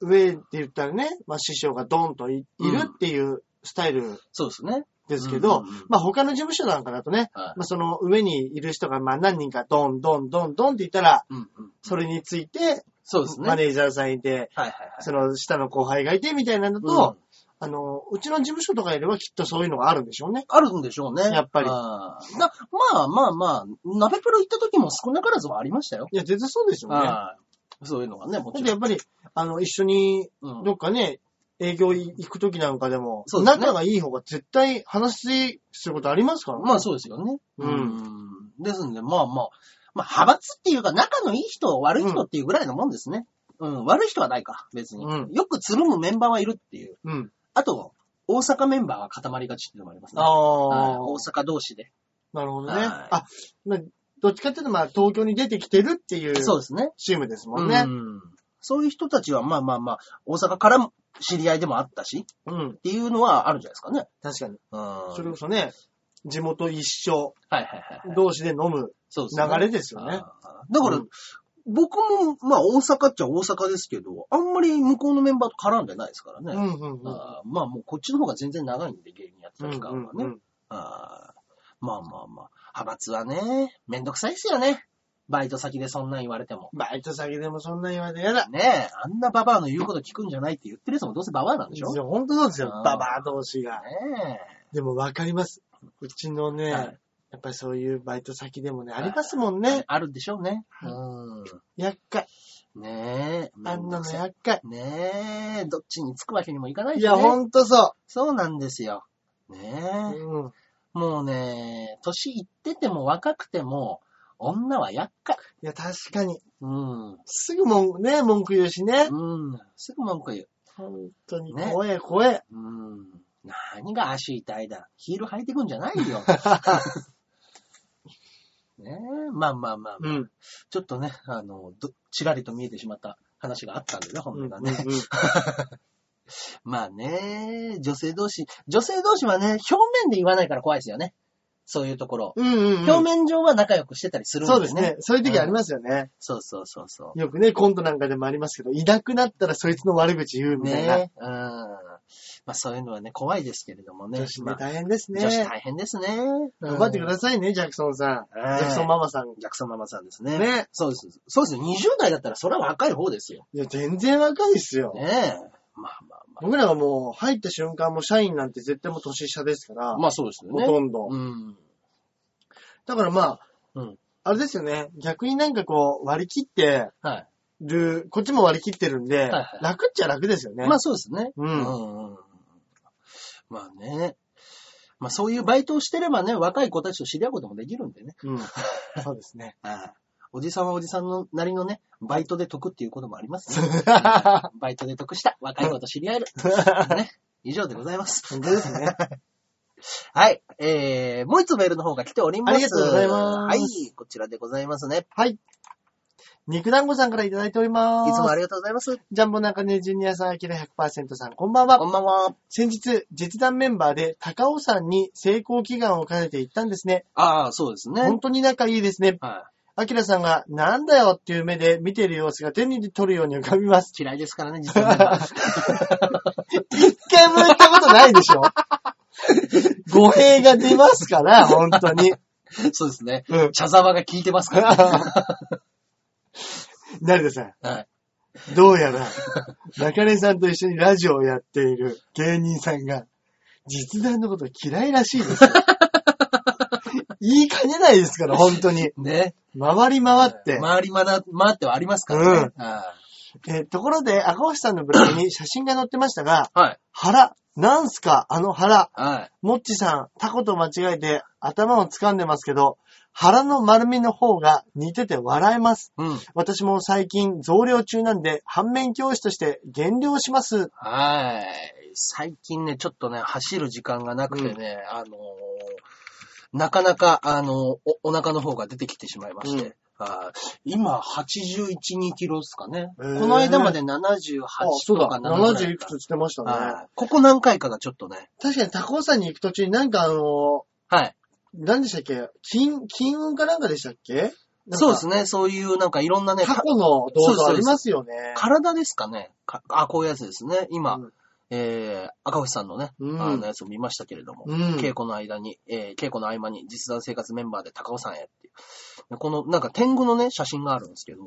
Speaker 2: ー上って言ったらね、まあ師匠がドンといいるっていうスタイル
Speaker 1: そうですね。
Speaker 2: ですけ
Speaker 1: う
Speaker 2: ど、
Speaker 1: んうんうん
Speaker 2: まあ他の事務所なんかだとね、
Speaker 1: はい
Speaker 2: まあその上にいる人がまあ何人かドンドンドンドンって言ったら、
Speaker 1: うんうん。
Speaker 2: それについて、
Speaker 1: そうですね。
Speaker 2: マネージャーさんいて、
Speaker 1: はいはいはい。
Speaker 2: その下の後輩がいてみたいなの
Speaker 1: うん
Speaker 2: と、あの、うちの事務所とかよりはきっとそういうのがあるんでしょうね。
Speaker 1: あるんでしょうね。
Speaker 2: やっぱり
Speaker 1: あーだまあまあまあ、鍋プロ行った時も少なからずはありましたよ。
Speaker 2: いや、絶対そうでしょうね。だ
Speaker 1: はいそういうのがね、も
Speaker 2: っ
Speaker 1: ち
Speaker 2: て
Speaker 1: ろ
Speaker 2: や
Speaker 1: ん。
Speaker 2: っぱり、あの、一緒に、
Speaker 1: うん
Speaker 2: どっかね、営業い行くときなんかでも、
Speaker 1: そうですね
Speaker 2: 仲がいい方が絶対話することありますからね。
Speaker 1: まあそうですよね。
Speaker 2: うん
Speaker 1: んですんで、まあまあ、まあ派閥っていうか仲のいい人、悪い人っていうぐらいのもんですね。うん、悪い人はないか、別に。
Speaker 2: うん
Speaker 1: よくつるむメンバーはいるっていう。
Speaker 2: うん。
Speaker 1: あと、大阪メンバーが固まりがちっていうのもありますね。はい
Speaker 2: ああ、
Speaker 1: 大阪同士で。
Speaker 2: なるほどね。
Speaker 1: はい
Speaker 2: あ、まあ、どっちかっていうと、まあ、東京に出てきてるっていう
Speaker 1: そうですね。
Speaker 2: チームですもんね
Speaker 1: う。んそういう人たちは、まあまあまあ、大阪からも知り合いでもあったし、
Speaker 2: うん、
Speaker 1: っていうのはあるんじゃないですかね。
Speaker 2: 確かに。
Speaker 1: うん。
Speaker 2: それこそね、地元一緒
Speaker 1: はいはいはいはい。
Speaker 2: 同士で飲む。
Speaker 1: そう
Speaker 2: 流れですよね
Speaker 1: あーだから、
Speaker 2: うん
Speaker 1: 僕も、まあ、大阪っちゃ大阪ですけど、あんまり向こうのメンバーと絡んでないですからね。
Speaker 2: うんうんうん。
Speaker 1: あーまあ、もうこっちの方が全然長いんで、芸人やって
Speaker 2: う
Speaker 1: た
Speaker 2: ん
Speaker 1: 期間はね。
Speaker 2: うんうん
Speaker 1: あーまあまあまあ。派閥はね、めんどくさいですよね。バイト先でそんなん言われても。
Speaker 2: バイト先でもそんな言われてやだ。
Speaker 1: ねえ、あんなババアの言うこと聞くんじゃないって言ってるやつもどうせババアなんでしょ
Speaker 2: い
Speaker 1: ね
Speaker 2: や本当そうですよ
Speaker 1: あ。ー
Speaker 2: ババア同士が。でもわかります。うちのね、
Speaker 1: はい
Speaker 2: やっぱりそういうバイト先でもね、
Speaker 1: はい
Speaker 2: ありますもん
Speaker 1: え。ね
Speaker 2: ね。
Speaker 1: あるでしょうね。
Speaker 2: はいう厄介。
Speaker 1: ん。ねえ。め
Speaker 2: あん
Speaker 1: ど
Speaker 2: な
Speaker 1: く
Speaker 2: の
Speaker 1: さい
Speaker 2: 厄介。
Speaker 1: ねえ、どっちにつくわけにもいかないし、ね。
Speaker 2: いや、ほんとそ
Speaker 1: そうなんですよ。ね
Speaker 2: う。
Speaker 1: え。
Speaker 2: うん。
Speaker 1: もうね、年いってても若くても、女は厄介。
Speaker 2: いや、確かに。
Speaker 1: うん。う
Speaker 2: すぐもん、ね、文句言うしね。
Speaker 1: ん。すぐ文句言う。
Speaker 2: 本当に。
Speaker 1: ね
Speaker 2: 怖え、怖え。
Speaker 1: うん。何が足痛いだ。ヒール履いてくんじゃない よ。ねえ、まあまあまあ、
Speaker 2: うん。
Speaker 1: ちょっとね、あの、どちらりと見えてしまった話があったんでね、本
Speaker 2: う
Speaker 1: 音
Speaker 2: ん
Speaker 1: が
Speaker 2: う
Speaker 1: ね。
Speaker 2: ん
Speaker 1: まあね、女性同士、女性同士はね、表面で言わないから怖いですよね。そういうところ。
Speaker 2: うんうんうん
Speaker 1: 表面上は仲良くしてたりするんです
Speaker 2: そ
Speaker 1: ね。
Speaker 2: うですね。。そういう時ありますよね。
Speaker 1: そうそうそうそ
Speaker 2: よくね、コントなんかでもありますけど、いなくなったらそいつの悪口言う
Speaker 1: う。
Speaker 2: みたいな。
Speaker 1: ねえ、うん。まあそういうのはね、怖いですけれどもね。
Speaker 2: 女子ね、
Speaker 1: まあ
Speaker 2: 大変ですね。
Speaker 1: 女子大変ですね。
Speaker 2: 頑張ってく
Speaker 1: さ
Speaker 2: ださいね、ジャクソンさん。ジ
Speaker 1: はい
Speaker 2: ャクソンママさん。
Speaker 1: い。ジャクソンママさんですね。
Speaker 2: ね。
Speaker 1: そうです。そうです。20代だったらそれは若い方ですよ。
Speaker 2: いや、全然若いっすよ。
Speaker 1: ねえ。まあまあま
Speaker 2: 僕らはもう入った瞬間もう社員なんて絶対もう年下ですから、
Speaker 1: あ。まあそうですよ
Speaker 2: ほ
Speaker 1: ね。
Speaker 2: とんど。
Speaker 1: うん。
Speaker 2: だからまあ、
Speaker 1: うん
Speaker 2: あれですよね。逆になんかこう割り切って
Speaker 1: はい。
Speaker 2: る、こっちも割り切ってるんで、
Speaker 1: いはい
Speaker 2: 楽っちゃ楽ですよね。
Speaker 1: まあそうですね。
Speaker 2: うん
Speaker 1: うんうんまあね。まあそういうバイトをしてればね、若い子たちと知り合うこともできるんでね。
Speaker 2: うん、そうです ね。
Speaker 1: ああおじさんはおじさんのなりのね、バイトで得っていうこともあり ますね、バイトで得した。若い子と知り合える。ね。以上でございます。
Speaker 2: 本当ですね。
Speaker 1: はい。えー、もう一つメールの方が来ております。
Speaker 2: ありがとうございま
Speaker 1: は
Speaker 2: す
Speaker 1: い。こちらでございますね。い
Speaker 2: はい。肉団子さんからいただいております。
Speaker 1: つもありがとうございます。
Speaker 2: ジャンボ中根ジュニアさん、アキラ100%さん、こんばんは。
Speaker 1: こんばんは。
Speaker 2: 先日、実弾メンバーで高尾山に成功祈願を兼ねて行ったんですね。
Speaker 1: ああ、そうですね。
Speaker 2: 本当に仲いいですね。
Speaker 1: は
Speaker 2: アキラさんが、なんだよっていう目で見てる様子が手に取るように浮かびます。
Speaker 1: い。嫌いですからね、 実は。
Speaker 2: 一回も言ったことないでしょ語弊が出ますから、本当に。
Speaker 1: そうですね。
Speaker 2: うん。
Speaker 1: 茶沢が効いてますから、
Speaker 2: 成田さ
Speaker 1: はい。
Speaker 2: ん、どうやら、中根さんと一緒にラジオをやっている芸人さんが、実弾のこと嫌いらしいですよ。言いかねないですから、本当に。
Speaker 1: ね。
Speaker 2: 回り回って。
Speaker 1: 回りまな、回ってはありますからね。は
Speaker 2: えーところで、赤星さんのブログに写真が載ってましたが、
Speaker 1: い。はい。
Speaker 2: 腹、なんすかあの腹。
Speaker 1: はい。
Speaker 2: もっちさん、タコと間違えて頭を掴んでますけど、腹の丸みの方が似てて笑えます。
Speaker 1: うん。
Speaker 2: 私も最近増量中なんで、反面教師として減量します。
Speaker 1: はい。最近ね、ちょっとね、走る時間がなくてね、あのーなかなか、あのーお、お腹の方が出てきてしまいまして。
Speaker 2: うん
Speaker 1: あー今、81、2キロですかね。
Speaker 2: へー
Speaker 1: この間まで78とか7
Speaker 2: 70いくつつってましたね。
Speaker 1: はいここ何回かがちょっとね。
Speaker 2: 確かにタコさんに行く途中になんかあの
Speaker 1: はい。
Speaker 2: ー、何でしたっけ金、金運かなんかでしたっけ
Speaker 1: そうです
Speaker 2: ね。
Speaker 1: ね。そういうなんかいろんなね、
Speaker 2: タ
Speaker 1: か
Speaker 2: コの動画ありますよね。
Speaker 1: 体ですかね。かあ、こういうやつですね。今、
Speaker 2: うん
Speaker 1: えー、赤星さんのね、
Speaker 2: うん
Speaker 1: あのやつを見ましたけれども、
Speaker 2: うん
Speaker 1: 稽古の間に、えー稽古の合間に実弾生活メンバーで高尾さんへっていう。この、なんか天狗のね、写真があるんですけど、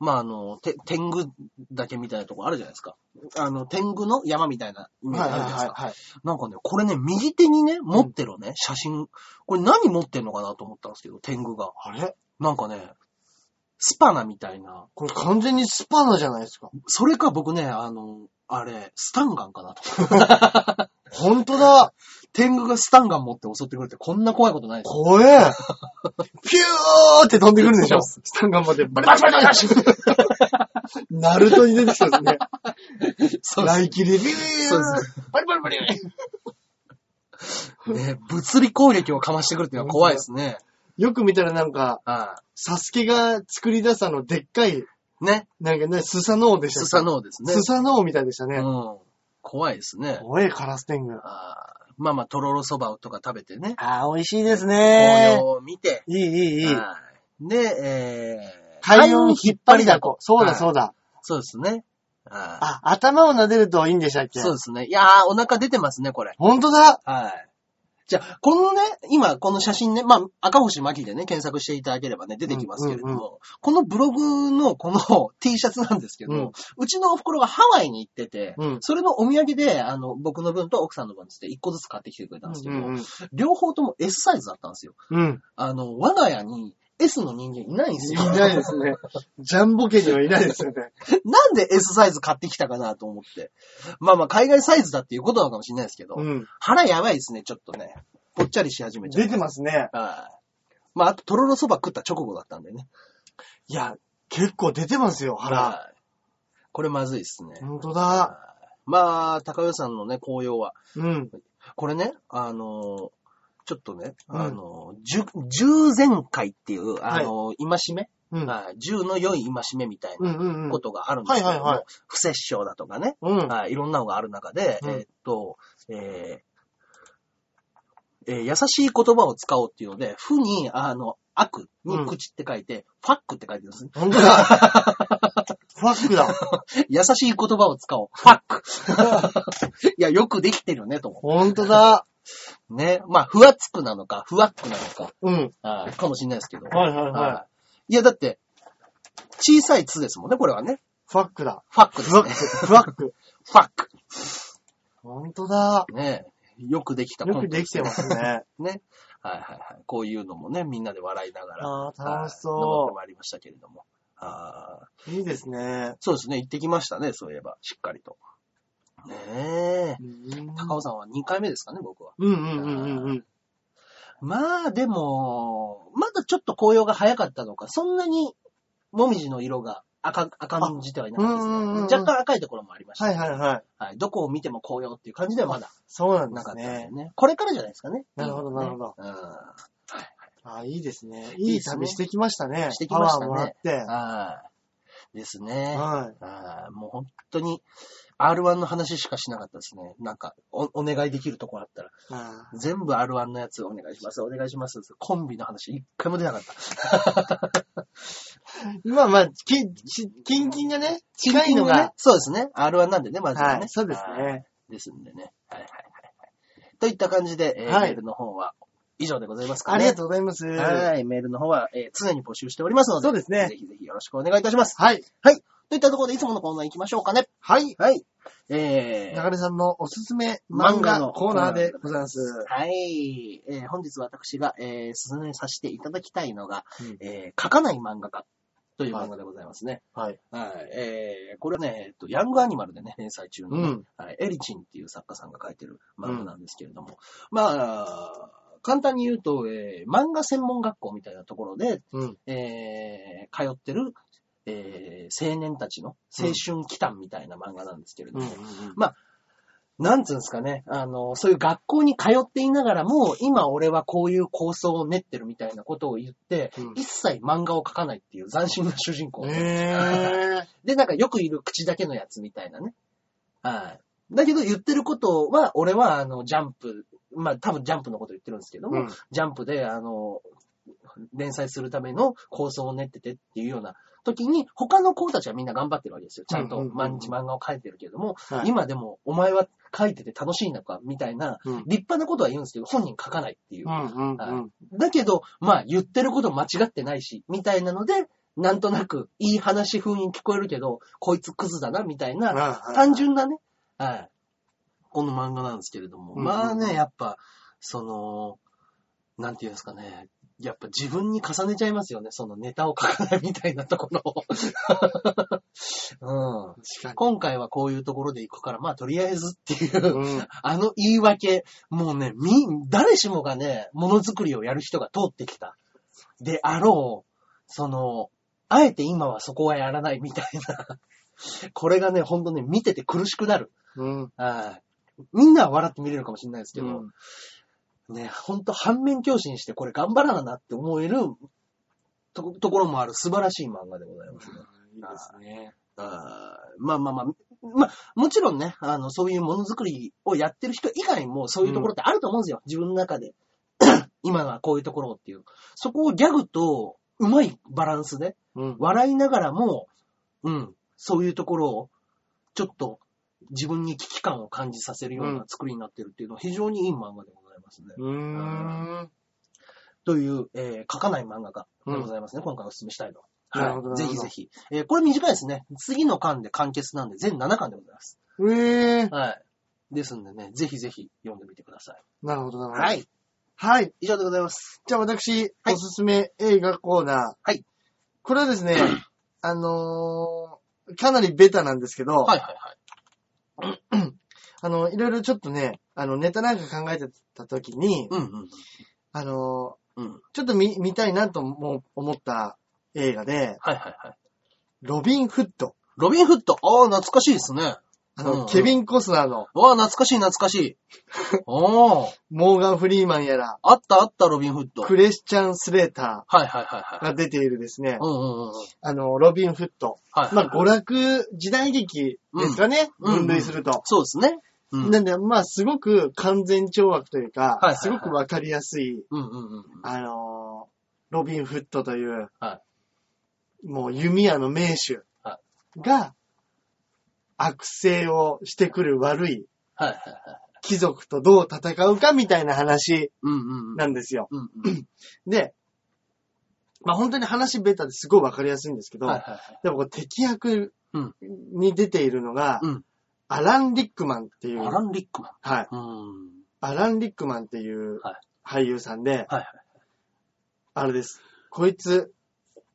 Speaker 1: まあ、あの、て天狗岳みたいなとこあるじゃないですか。あの、天狗の山みたいなイメー
Speaker 2: は
Speaker 1: ジ
Speaker 2: い
Speaker 1: あ
Speaker 2: はい
Speaker 1: るじゃないですか。
Speaker 2: はいはい。
Speaker 1: なんかね、これね、右手にね、持ってるね、写真。これ何持ってんのかなと思ったんですけど、天狗が。
Speaker 2: あれ
Speaker 1: なんかね、スパナみたいな、
Speaker 2: これ完全にスパナじゃないで すか。
Speaker 1: それか僕ね、あの、あれ、スタンガンかなと。
Speaker 2: 本当だ
Speaker 1: 天狗がスタンガン持って襲ってくるってこんな怖いことないです。
Speaker 2: 怖えピューって飛んでくるんでしょスタンガンまでバリバリバリバリバ リナルトに出てきそうですね。
Speaker 1: そ
Speaker 2: 来キでビュー
Speaker 1: そうです
Speaker 2: バリバリバリバリ
Speaker 1: ね、物理攻撃をかましてくるっていうのは怖いですね。
Speaker 2: よく見たらなんか、
Speaker 1: は
Speaker 2: サスケが作り出したのでっかい、
Speaker 1: い。ね、
Speaker 2: なんかね、スサノオでした
Speaker 1: ス
Speaker 2: っけ
Speaker 1: サノオですね。
Speaker 2: スサノオみたいでしたね。
Speaker 1: うん。怖いですね。
Speaker 2: 怖え、カラステング。
Speaker 1: あーまあまあ、とろろそばとか食べてね、
Speaker 2: あー、美味しいです
Speaker 1: 紅
Speaker 2: ね
Speaker 1: 葉。を見て、
Speaker 2: いい、いい、いい。
Speaker 1: はいで、え
Speaker 2: 開運引っ張りだこ。そうだそうだ。
Speaker 1: そうですね。あ
Speaker 2: あ、頭を撫でるといいんでしたっけ
Speaker 1: そうですね。いやー、お腹出てますね、これ。
Speaker 2: 本当だ
Speaker 1: はい。じゃあ、このね、今、この写真ね、まあ、赤星巻でね、検索していただければね、出てきますけれども、
Speaker 2: うんうん
Speaker 1: このブログのこの T シャツなんですけど、
Speaker 2: う
Speaker 1: うんちのお袋がハワイに行ってて、
Speaker 2: うん
Speaker 1: それのお土産で、あの、僕の分と奥さんの分つって一個ずつ買ってきてくれたんですけど、
Speaker 2: うん。
Speaker 1: 両方とも S サイズだったんですよ。
Speaker 2: うん。
Speaker 1: あの、我が家に S の人間いないんです
Speaker 2: い
Speaker 1: よ。
Speaker 2: ないですね。ジャンボ家にはいないです よね。
Speaker 1: なんで S サイズ買ってきたかなと思って。まあまあ、海外サイズだっていうことなのかもしれないですけど、
Speaker 2: うん。
Speaker 1: 腹やばいですね、ちょっとね。ぽっちゃりし始めちゃ
Speaker 2: 出
Speaker 1: って
Speaker 2: ますね。
Speaker 1: た。はい。まあ、あと、とろろそば食った直後だったんでね。
Speaker 2: いや、結構出てますよ、腹。
Speaker 1: はい。これまずいですね。
Speaker 2: 本当だ。
Speaker 1: まあ、高尾山のね、紅葉は。
Speaker 2: うん。
Speaker 1: これね、あのーちょっとね、
Speaker 2: うん
Speaker 1: あのー、十、十前回っていう、あのー、今しめ、
Speaker 2: うん。
Speaker 1: はい十の良い今しめみたい
Speaker 2: うん
Speaker 1: な
Speaker 2: うんう
Speaker 1: こ
Speaker 2: ん。
Speaker 1: とがあるんですけども、
Speaker 2: はいはいはい
Speaker 1: 不殺生だとかね、
Speaker 2: うん。
Speaker 1: はい、いろんなのがある中で、
Speaker 2: うん
Speaker 1: えーっと、えーえー優しい言葉を使おうっていうので、負に、あの、悪に口って書いて、ファックって書いてるんですね。
Speaker 2: 本当 だ。ファックだ。
Speaker 1: 優しい言葉を使おう。ファック いや、よくできてるね、と思
Speaker 2: 本当だ。
Speaker 1: う。ね。まあ、ふわつくなのか、ふわっくなのか、
Speaker 2: うん。
Speaker 1: あーかもしれないですけど。。
Speaker 2: はいはいはい
Speaker 1: いや、だって、小さいつですもんね、これはね。
Speaker 2: い。ファックだ。
Speaker 1: ファックで
Speaker 2: フワ
Speaker 1: す
Speaker 2: ッ
Speaker 1: ね
Speaker 2: ク。。フワック。
Speaker 1: ファック。
Speaker 2: 本当だ。
Speaker 1: ね。よくできた
Speaker 2: よ
Speaker 1: コ
Speaker 2: く
Speaker 1: ント
Speaker 2: できてます ね。
Speaker 1: ね。はいはいはい。こういうのもね、みんなで笑いながら。
Speaker 2: ああ、楽し
Speaker 1: はい登って
Speaker 2: そ
Speaker 1: まいりましたけれども。あー
Speaker 2: う。いいですね。
Speaker 1: そうですね、行ってきましたね、そういえば、しっかりと。ねえ。
Speaker 2: うん
Speaker 1: 高尾さんは2回目ですかね、僕は。
Speaker 2: うんうんうんうんうん。
Speaker 1: まあでも、まだちょっと紅葉が早かったのか、そんなにもみじの色が赤、赤んじてはいなかったですね
Speaker 2: あうんうんうん。
Speaker 1: 若干赤いところもありました、
Speaker 2: はいはいはい。
Speaker 1: はい。どこを見ても紅葉っていう感じではまだ
Speaker 2: そうなんで
Speaker 1: なか
Speaker 2: す
Speaker 1: ったです
Speaker 2: ね
Speaker 1: よ。ね。これからじゃないですかね。
Speaker 2: なるほどなるほど。
Speaker 1: うん。
Speaker 2: あいいですね。
Speaker 1: い
Speaker 2: い
Speaker 1: い
Speaker 2: い
Speaker 1: ですね
Speaker 2: 旅してきましたね。
Speaker 1: してきましたね
Speaker 2: パワーもら
Speaker 1: はい。ですね。
Speaker 2: って。はい。
Speaker 1: ああ、もう本当に R1 の話しかしなかったですね。なんか、お、お願いできるとこあったら、
Speaker 2: あ
Speaker 1: 全部 R1 のやつお願いします、お願いします。コンビの話一回も出なかった。
Speaker 2: ーまあまあ、き、し近々がね、近いの
Speaker 1: ね
Speaker 2: が。。
Speaker 1: そうですね。R1 なんでね、まずはね。
Speaker 2: はい、そうです
Speaker 1: はい。
Speaker 2: ね。
Speaker 1: ですんでね。はいはいはいはい。といった感じで、えー
Speaker 2: はい
Speaker 1: メールの方は以上でございますかね。
Speaker 2: ありがとうございます。は
Speaker 1: はい。メールの方は、えー常に募集しておりますので。
Speaker 2: そうですね
Speaker 1: ぜひぜひよろしくお願いいたします。
Speaker 2: い。
Speaker 1: といったところで、いつものコーナー行きましょうかね。
Speaker 2: はい。
Speaker 1: はい。えー
Speaker 2: 中根さんのおすすめ漫
Speaker 1: 漫
Speaker 2: 画
Speaker 1: 画の
Speaker 2: コーナーでございます。
Speaker 1: はい。えー本日私が、えー、進めさせていただきたいのが、
Speaker 2: うん
Speaker 1: えー書かない漫画家という漫画でございますね。
Speaker 2: はい。
Speaker 1: はい。えーこれはね、えっと、ヤングアニマルでね、連載中のね、
Speaker 2: うん
Speaker 1: はい、エリチンっていう作家さんが書いてる漫画なんですけれども、まあ、簡単に言うと、えー漫画専門学校みたいなところで、
Speaker 2: うん。
Speaker 1: えー通ってる、えー青年たちの青春期間みたいな漫画なんですけれど
Speaker 2: うんう
Speaker 1: も、
Speaker 2: ん
Speaker 1: なんつうんですかね、あの、そういう学校に通っていながらも、今俺はこういう構想を練ってるみたいなことを言って、
Speaker 2: うん
Speaker 1: 一切漫画を描かないっていう斬新な主人公。
Speaker 2: うん。えー。
Speaker 1: で、なんかよくいる口だけのやつみたいなね。はい。だけど言ってることは、俺はあの、ジャンプ、まあ多分ジャンプのこと言ってるんですけども、
Speaker 2: うん
Speaker 1: ジャンプであの、連載するための構想を練っててっていうような時に、他の子たちはみんな頑張ってるわけですよ。ちゃん
Speaker 2: う
Speaker 1: と
Speaker 2: んうんうん
Speaker 1: 毎日漫画を描いてるけども、
Speaker 2: はい
Speaker 1: 今でもお前は書いてて楽しいのかみたいな、
Speaker 2: うん
Speaker 1: 立派なことは言うんですけど、本人書かないっていう
Speaker 2: う。んうんう
Speaker 1: は
Speaker 2: ん。
Speaker 1: だけど、まあ言ってること間違ってないし、みたいなので、なんとなくいい話風に聞こえるけど、こいつクズだな、みたいな、単純なね、はい。この漫画なんですけれども、
Speaker 2: うんうん
Speaker 1: まあね、やっぱ、その、なんていうんですかね、やっぱ自分に重ねちゃいますよね、そのネタを書かないみたいなところ を。うん。
Speaker 2: 確か
Speaker 1: 今回はこういうところで行くから、まあとりあえずっていう、
Speaker 2: に。うん
Speaker 1: あの言い訳、もうね、み、誰しもがね、ものづくりをやる人が通ってきた。であろう、その、あえて今はそこはやらないみたいな。 これがね、ほんとね、見てて苦しくなる。
Speaker 2: うん。
Speaker 1: はいみんなは笑って見れるかもしれないですけ
Speaker 2: う
Speaker 1: ど、
Speaker 2: ん。
Speaker 1: ね、ほんと反面教師にしてこれ頑張らななって思えるとところもある素晴らしい漫画でございますね。
Speaker 2: いいですね。
Speaker 1: あーまあまあまあ、まあ、もちろんね、あの、そういうものづくりをやってる人以外もそういうところってあると思うんですよ。自分の中で。 今はこういうところをっていう。そこをギャグとうまいバランスで、
Speaker 2: うん。
Speaker 1: 笑いながらも、うん、そういうところを、ちょっと自分に危機感を感じさせるような作りになってるっていうのは非常にいい漫画でございますね。
Speaker 2: うーん。
Speaker 1: という、えー書かない漫画家でございますね。今回お勧めしたいのは。
Speaker 2: なるほど
Speaker 1: はい。ぜ
Speaker 2: な
Speaker 1: ひ
Speaker 2: るほど
Speaker 1: ぜひ。えーこれ短いですね。次の巻で完結なんで、全7巻でございます。
Speaker 2: ええ
Speaker 1: はい。ですんでね、ぜひぜひ読んでみてください。
Speaker 2: なるほど、なるほど。
Speaker 1: は。い。
Speaker 2: はい。
Speaker 1: 以上でございます。
Speaker 2: じゃあ私、
Speaker 1: はい
Speaker 2: おすすめ映画コーナー。
Speaker 1: はい。
Speaker 2: これはですね、あのーかなりベタなんですけど、
Speaker 1: はいはいはい。
Speaker 2: あの、いろいろちょっとね、あの、ネタなんか考えてた時に、
Speaker 1: うんうん。
Speaker 2: あの
Speaker 1: うん。
Speaker 2: ーちょっと見、見たいなとも思った映画で、
Speaker 1: はいはいはい。
Speaker 2: ロビン・フッド。
Speaker 1: ロビンフット。ああ、懐かしいですね。わ
Speaker 2: あ
Speaker 1: うんう
Speaker 2: の、
Speaker 1: ん
Speaker 2: ケビン・コスナーの、
Speaker 1: あ、懐かしい懐かし い。おー。
Speaker 2: モーガン・フリーマンやら、
Speaker 1: あったあった、ロビンフット。は
Speaker 2: ク
Speaker 1: い
Speaker 2: レスチャン・スレータ
Speaker 1: はいはいは
Speaker 2: ー
Speaker 1: い。
Speaker 2: が出ているですね、
Speaker 1: うんうんうんうん。はい
Speaker 2: あの、ロビン・フッド。
Speaker 1: はい。
Speaker 2: まあ、娯楽時代劇ですかね、
Speaker 1: うんうん
Speaker 2: 分類すると。
Speaker 1: そうですね。うん。
Speaker 2: なんで、まあ、すごく完全懲悪というか、
Speaker 1: いはいはい
Speaker 2: すごくわかりやすい、
Speaker 1: うんうんうんうん。
Speaker 2: あのーロビン・フットという、
Speaker 1: は
Speaker 2: もう弓矢の名手
Speaker 1: は
Speaker 2: が、悪性をしてくる悪い
Speaker 1: はいはいはい。
Speaker 2: 貴族とどう戦うかみたいな話
Speaker 1: うんうんうん。
Speaker 2: なんですよ。
Speaker 1: うんうん。
Speaker 2: で、まあ、本当に話ベタですごいわかりやすいんですけど、
Speaker 1: はいはいはい。
Speaker 2: でもこう敵役
Speaker 1: うん
Speaker 2: に出ているのが、
Speaker 1: うん
Speaker 2: アラン・リックマンっていう、
Speaker 1: アラン・リックマン。
Speaker 2: はい。
Speaker 1: うん。
Speaker 2: アラン・リックマンっていう
Speaker 1: は
Speaker 2: 俳優さんで、
Speaker 1: はいはい。
Speaker 2: あれです。こいつ、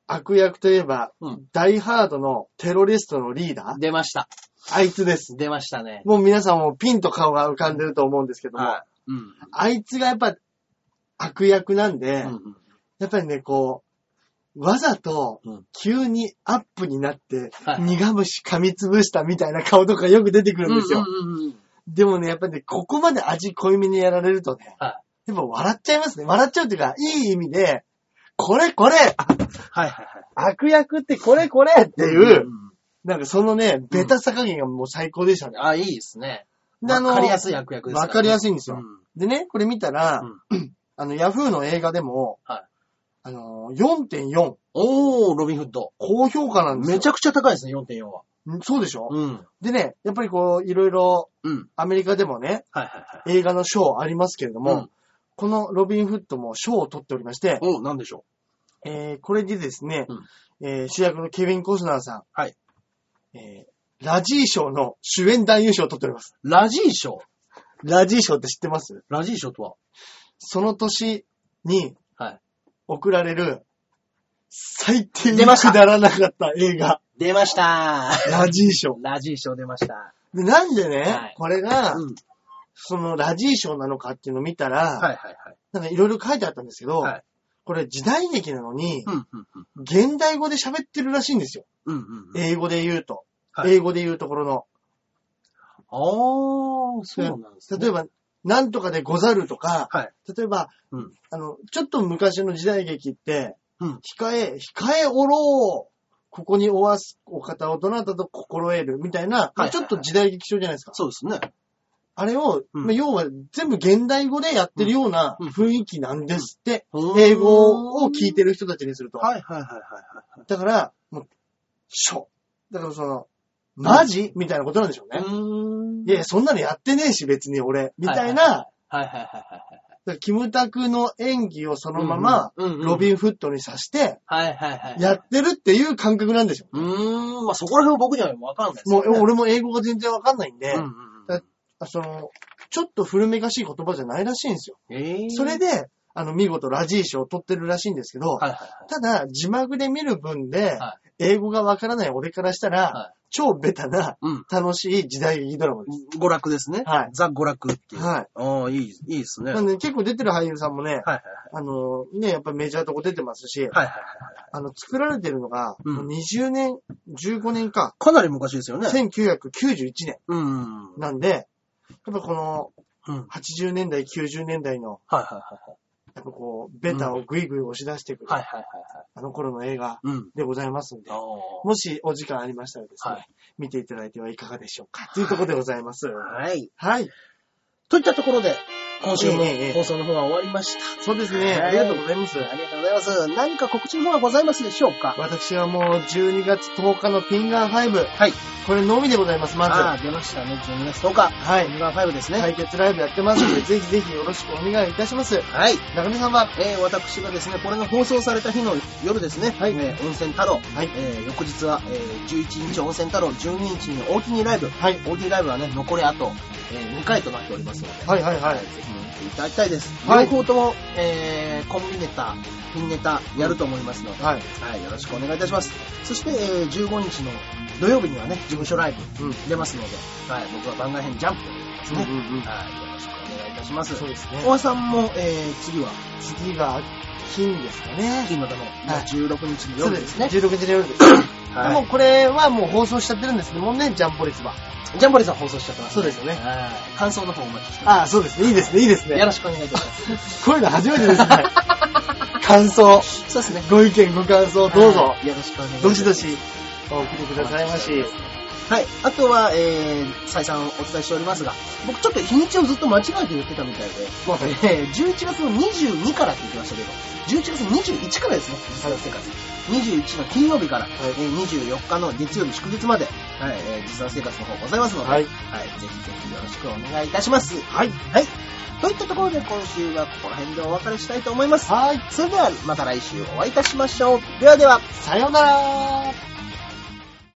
Speaker 2: 悪役といえば、
Speaker 1: うん
Speaker 2: ダイハードのテロリストのリーダー
Speaker 1: 出ました。
Speaker 2: あいつです。
Speaker 1: 出ましたね。
Speaker 2: もう皆さんもピンと顔が浮かんでると思うんですけども、
Speaker 1: はい。うん。
Speaker 2: あいつがやっぱ悪役なんで、
Speaker 1: うんうん
Speaker 2: やっぱりね、こう、わざと
Speaker 1: うん
Speaker 2: 急にアップになって、
Speaker 1: はい
Speaker 2: 苦虫噛みつぶしたみたいな顔とかよく出てくるんですよ。
Speaker 1: うんうんうんうん
Speaker 2: でもね、やっぱりね、ここまで味濃いめにやられるとね、
Speaker 1: は
Speaker 2: やっぱ笑っちゃいますね。笑っちゃうっていうか、いい意味で、これこれあ
Speaker 1: はいはいはい。
Speaker 2: 悪役ってこれこれっていう、
Speaker 1: ん
Speaker 2: なんかそのね、ベタさ加減がもう最高でしたね。
Speaker 1: あ、いいですね。
Speaker 2: であ
Speaker 1: わ
Speaker 2: の
Speaker 1: かりやすい悪役です
Speaker 2: わかりや
Speaker 1: い
Speaker 2: すいんですよ。
Speaker 1: う
Speaker 2: でね、これ見たら、 あの、ヤフーの映画でも、
Speaker 1: はい
Speaker 2: あのー、4.4、
Speaker 1: おー、ロビンフッド。
Speaker 2: 高評価なんですよ。
Speaker 1: めちゃくちゃ高いですね、4.4は。
Speaker 2: んそうでしょ、
Speaker 1: うん。
Speaker 2: でね、やっぱりこう、いろいろ、
Speaker 1: うん。
Speaker 2: アメリカでもね、
Speaker 1: はいはいはい。
Speaker 2: 映画の賞ありますけれども、
Speaker 1: うん
Speaker 2: このロビン・フットも賞を取っておりまして、
Speaker 1: おなんでしょ
Speaker 2: えーこれでですね、
Speaker 1: うん
Speaker 2: えー主役のケビン・コスナーさん、
Speaker 1: はい
Speaker 2: えーラジー賞の主演男優賞を取っております。
Speaker 1: う。ラジー賞。
Speaker 2: ラジー賞って知ってます
Speaker 1: ラジー賞とは
Speaker 2: その年に
Speaker 1: はい。
Speaker 2: 送られる最低
Speaker 1: 出
Speaker 2: に
Speaker 1: ました
Speaker 2: くだらなかった映画、
Speaker 1: 出ました
Speaker 2: ラジー賞。
Speaker 1: ラジー賞出ました。
Speaker 2: でなんでね、
Speaker 1: はい
Speaker 2: これが、
Speaker 1: うん。
Speaker 2: そのラジー賞なのかっていうのを見た
Speaker 1: はい
Speaker 2: ら、
Speaker 1: はいはい。
Speaker 2: なんかいろいろ書いてあったんですけど、
Speaker 1: はい
Speaker 2: これ時代劇なのに、
Speaker 1: うんうんうん。
Speaker 2: 現代語で喋ってるらしいんですよ。
Speaker 1: うんうんうん。
Speaker 2: 英語で言うと。
Speaker 1: はい
Speaker 2: 英語で言うところの。
Speaker 1: あー、そうなんですね。
Speaker 2: 例えば、なんとかでござるとか、
Speaker 1: はい。
Speaker 2: 例えば、
Speaker 1: うん
Speaker 2: あの、ちょっと昔の時代劇って、
Speaker 1: うん
Speaker 2: 控え、控えおろう。ここにおわすお方をどなたと心得るみたいな、ま
Speaker 1: はいはいは
Speaker 2: あ
Speaker 1: い
Speaker 2: ちょっと時代劇症じゃないですか。
Speaker 1: そうですね。
Speaker 2: あれを、
Speaker 1: うん
Speaker 2: まあ要は全部現代語でやってるような
Speaker 1: うんうん
Speaker 2: 雰囲気なんですって。
Speaker 1: うん
Speaker 2: 英語を聞いてる人たちにすると。
Speaker 1: はいはいはいはいはい
Speaker 2: だから、もう、しょ。だからその、マジみたいなことなんでしょうね。
Speaker 1: はい。うーん。
Speaker 2: いやいや、そんなのやってねえし、別に俺。みたいな、
Speaker 1: はいはいはいはいはいはい。
Speaker 2: だからキムタクの演技をそのまま、
Speaker 1: うんうんうんうん
Speaker 2: ロビンフットにさして、
Speaker 1: はいはいはい。
Speaker 2: やってるっていう感覚なんでしょ。
Speaker 1: うーん、まあそこら辺は僕にはわかんないです
Speaker 2: もう、
Speaker 1: ね。
Speaker 2: 俺も英語が全然わかんないんで、
Speaker 1: うんうんうん
Speaker 2: その、ちょっと古めかしい言葉じゃないらしいんですよ。
Speaker 1: ええ
Speaker 2: それ
Speaker 1: で、
Speaker 2: で、あの、見事ラジー賞を取ってるらしいんですけど、
Speaker 1: はいはいはい。
Speaker 2: ただ、字幕で見る分で
Speaker 1: は、
Speaker 2: 英語がわからない俺からしたら、
Speaker 1: は
Speaker 2: 超ベタな、
Speaker 1: うん
Speaker 2: 楽しい時代劇ドラマで
Speaker 1: 娯楽ですね。
Speaker 2: はい
Speaker 1: ザ娯楽っていう。
Speaker 2: す。はい。
Speaker 1: ああ、いい、いいですね。
Speaker 2: なんで、結構出てる俳優さんもね、
Speaker 1: はいはい
Speaker 2: あの、ね、やっぱメジャーとこ出てますし、
Speaker 1: はい。はいはいはい。
Speaker 2: あの、作られてるのが、
Speaker 1: うん
Speaker 2: もう20年、15年か、
Speaker 1: かなり昔ですよね。
Speaker 2: 1991年
Speaker 1: うんうんうん。
Speaker 2: なんで、やっぱこの
Speaker 1: うん。
Speaker 2: 80年代、90年代の、
Speaker 1: はいはいはい。
Speaker 2: やっぱこう、ベタをぐいぐい押し出してくる、
Speaker 1: はいはいはい。はい
Speaker 2: あの頃の映画
Speaker 1: うん。
Speaker 2: でございますんで
Speaker 1: あ、
Speaker 2: もしお時間ありましたらですね、
Speaker 1: はい
Speaker 2: 見ていただいてはいかがでしょうか、というところでございます。
Speaker 1: あ。はい。
Speaker 2: はい。
Speaker 1: といったところで、今週も
Speaker 2: ええええ
Speaker 1: 放送の方は終わりました。
Speaker 2: そうですね。
Speaker 1: はい
Speaker 2: ありがとうございます。
Speaker 1: ありがとうございます。何か告知の方はございますでしょうか
Speaker 2: 私はもう12月10日のピンガー5。
Speaker 1: はい。
Speaker 2: これのみでございます、まず。
Speaker 1: ああ、出ましたね。12月10日。
Speaker 2: はい。
Speaker 1: ナンバー5ですね。
Speaker 2: 対決ライブやってますので、ぜひぜひよろしくお願いいたします。
Speaker 1: はい。
Speaker 2: 中根さんは、
Speaker 1: えー、私がですね、これが放送された日の夜ですね、
Speaker 2: はい
Speaker 1: えー温泉太郎、
Speaker 2: はい
Speaker 1: えー翌日は、えー11日温泉太郎、12日に大きにライブ、
Speaker 2: はい。
Speaker 1: 大きにライブはね、残りあと、えー2回となっておりますので、
Speaker 2: はいはいはい
Speaker 1: ぜひ見ていただきたいです。
Speaker 2: はい
Speaker 1: 両方とも、えーコンビネタ、ピンネタやると思いますので、
Speaker 2: はい。
Speaker 1: はい、よろしくお願いいたします。そして、えー15日の土曜日にはね、事務所ライブ
Speaker 2: うん
Speaker 1: 出ますので、はい、僕は番外編ジャンプですね、
Speaker 2: うんうんうん
Speaker 1: はい、よろしくお願いいたします。
Speaker 2: そうですね
Speaker 1: 大和さんも、えー次は、
Speaker 2: 次が、金ですかね。
Speaker 1: 金の玉、
Speaker 2: い
Speaker 1: 16日の夜ですね。
Speaker 2: そうです16時の夜です。
Speaker 1: はい
Speaker 2: でもこれはもう放送しちゃってるんですけどもね、ジャンボ率は。
Speaker 1: ジャンボリーさん放送しちゃってます、
Speaker 2: そうですよね
Speaker 1: はい感想の方お待ちしてま
Speaker 2: ああ、そうですね。いいですね、いいです
Speaker 1: す。よ
Speaker 2: ね
Speaker 1: ろ。しくお願いいたします。
Speaker 2: こういうの初めてですね。 感想、
Speaker 1: そうですね。
Speaker 2: ご意見、ご感想、どうぞ
Speaker 1: は、いよろしくお願いいたしま
Speaker 2: ど
Speaker 1: す。
Speaker 2: しどし、お送りくださいまし。
Speaker 1: はい。あとは、えー、再三お伝えしておりますが、僕ちょっと日にちをずっと間違えて言ってたみたいで、えー、11月の22からって言ってましたけど、11月21からですね、実際の世界。21の金曜日から、えー24日の月曜日祝日まで、はい、えー、実際の生活の方ございますので、
Speaker 2: は
Speaker 1: はいい、ぜひぜひよろしくお願いいたします。はい。はい。といったところで今週はここら辺でお別れしたいと思います。
Speaker 2: はい。
Speaker 1: それではまた来週お会いいたしましょう。ではでは。
Speaker 2: さようなら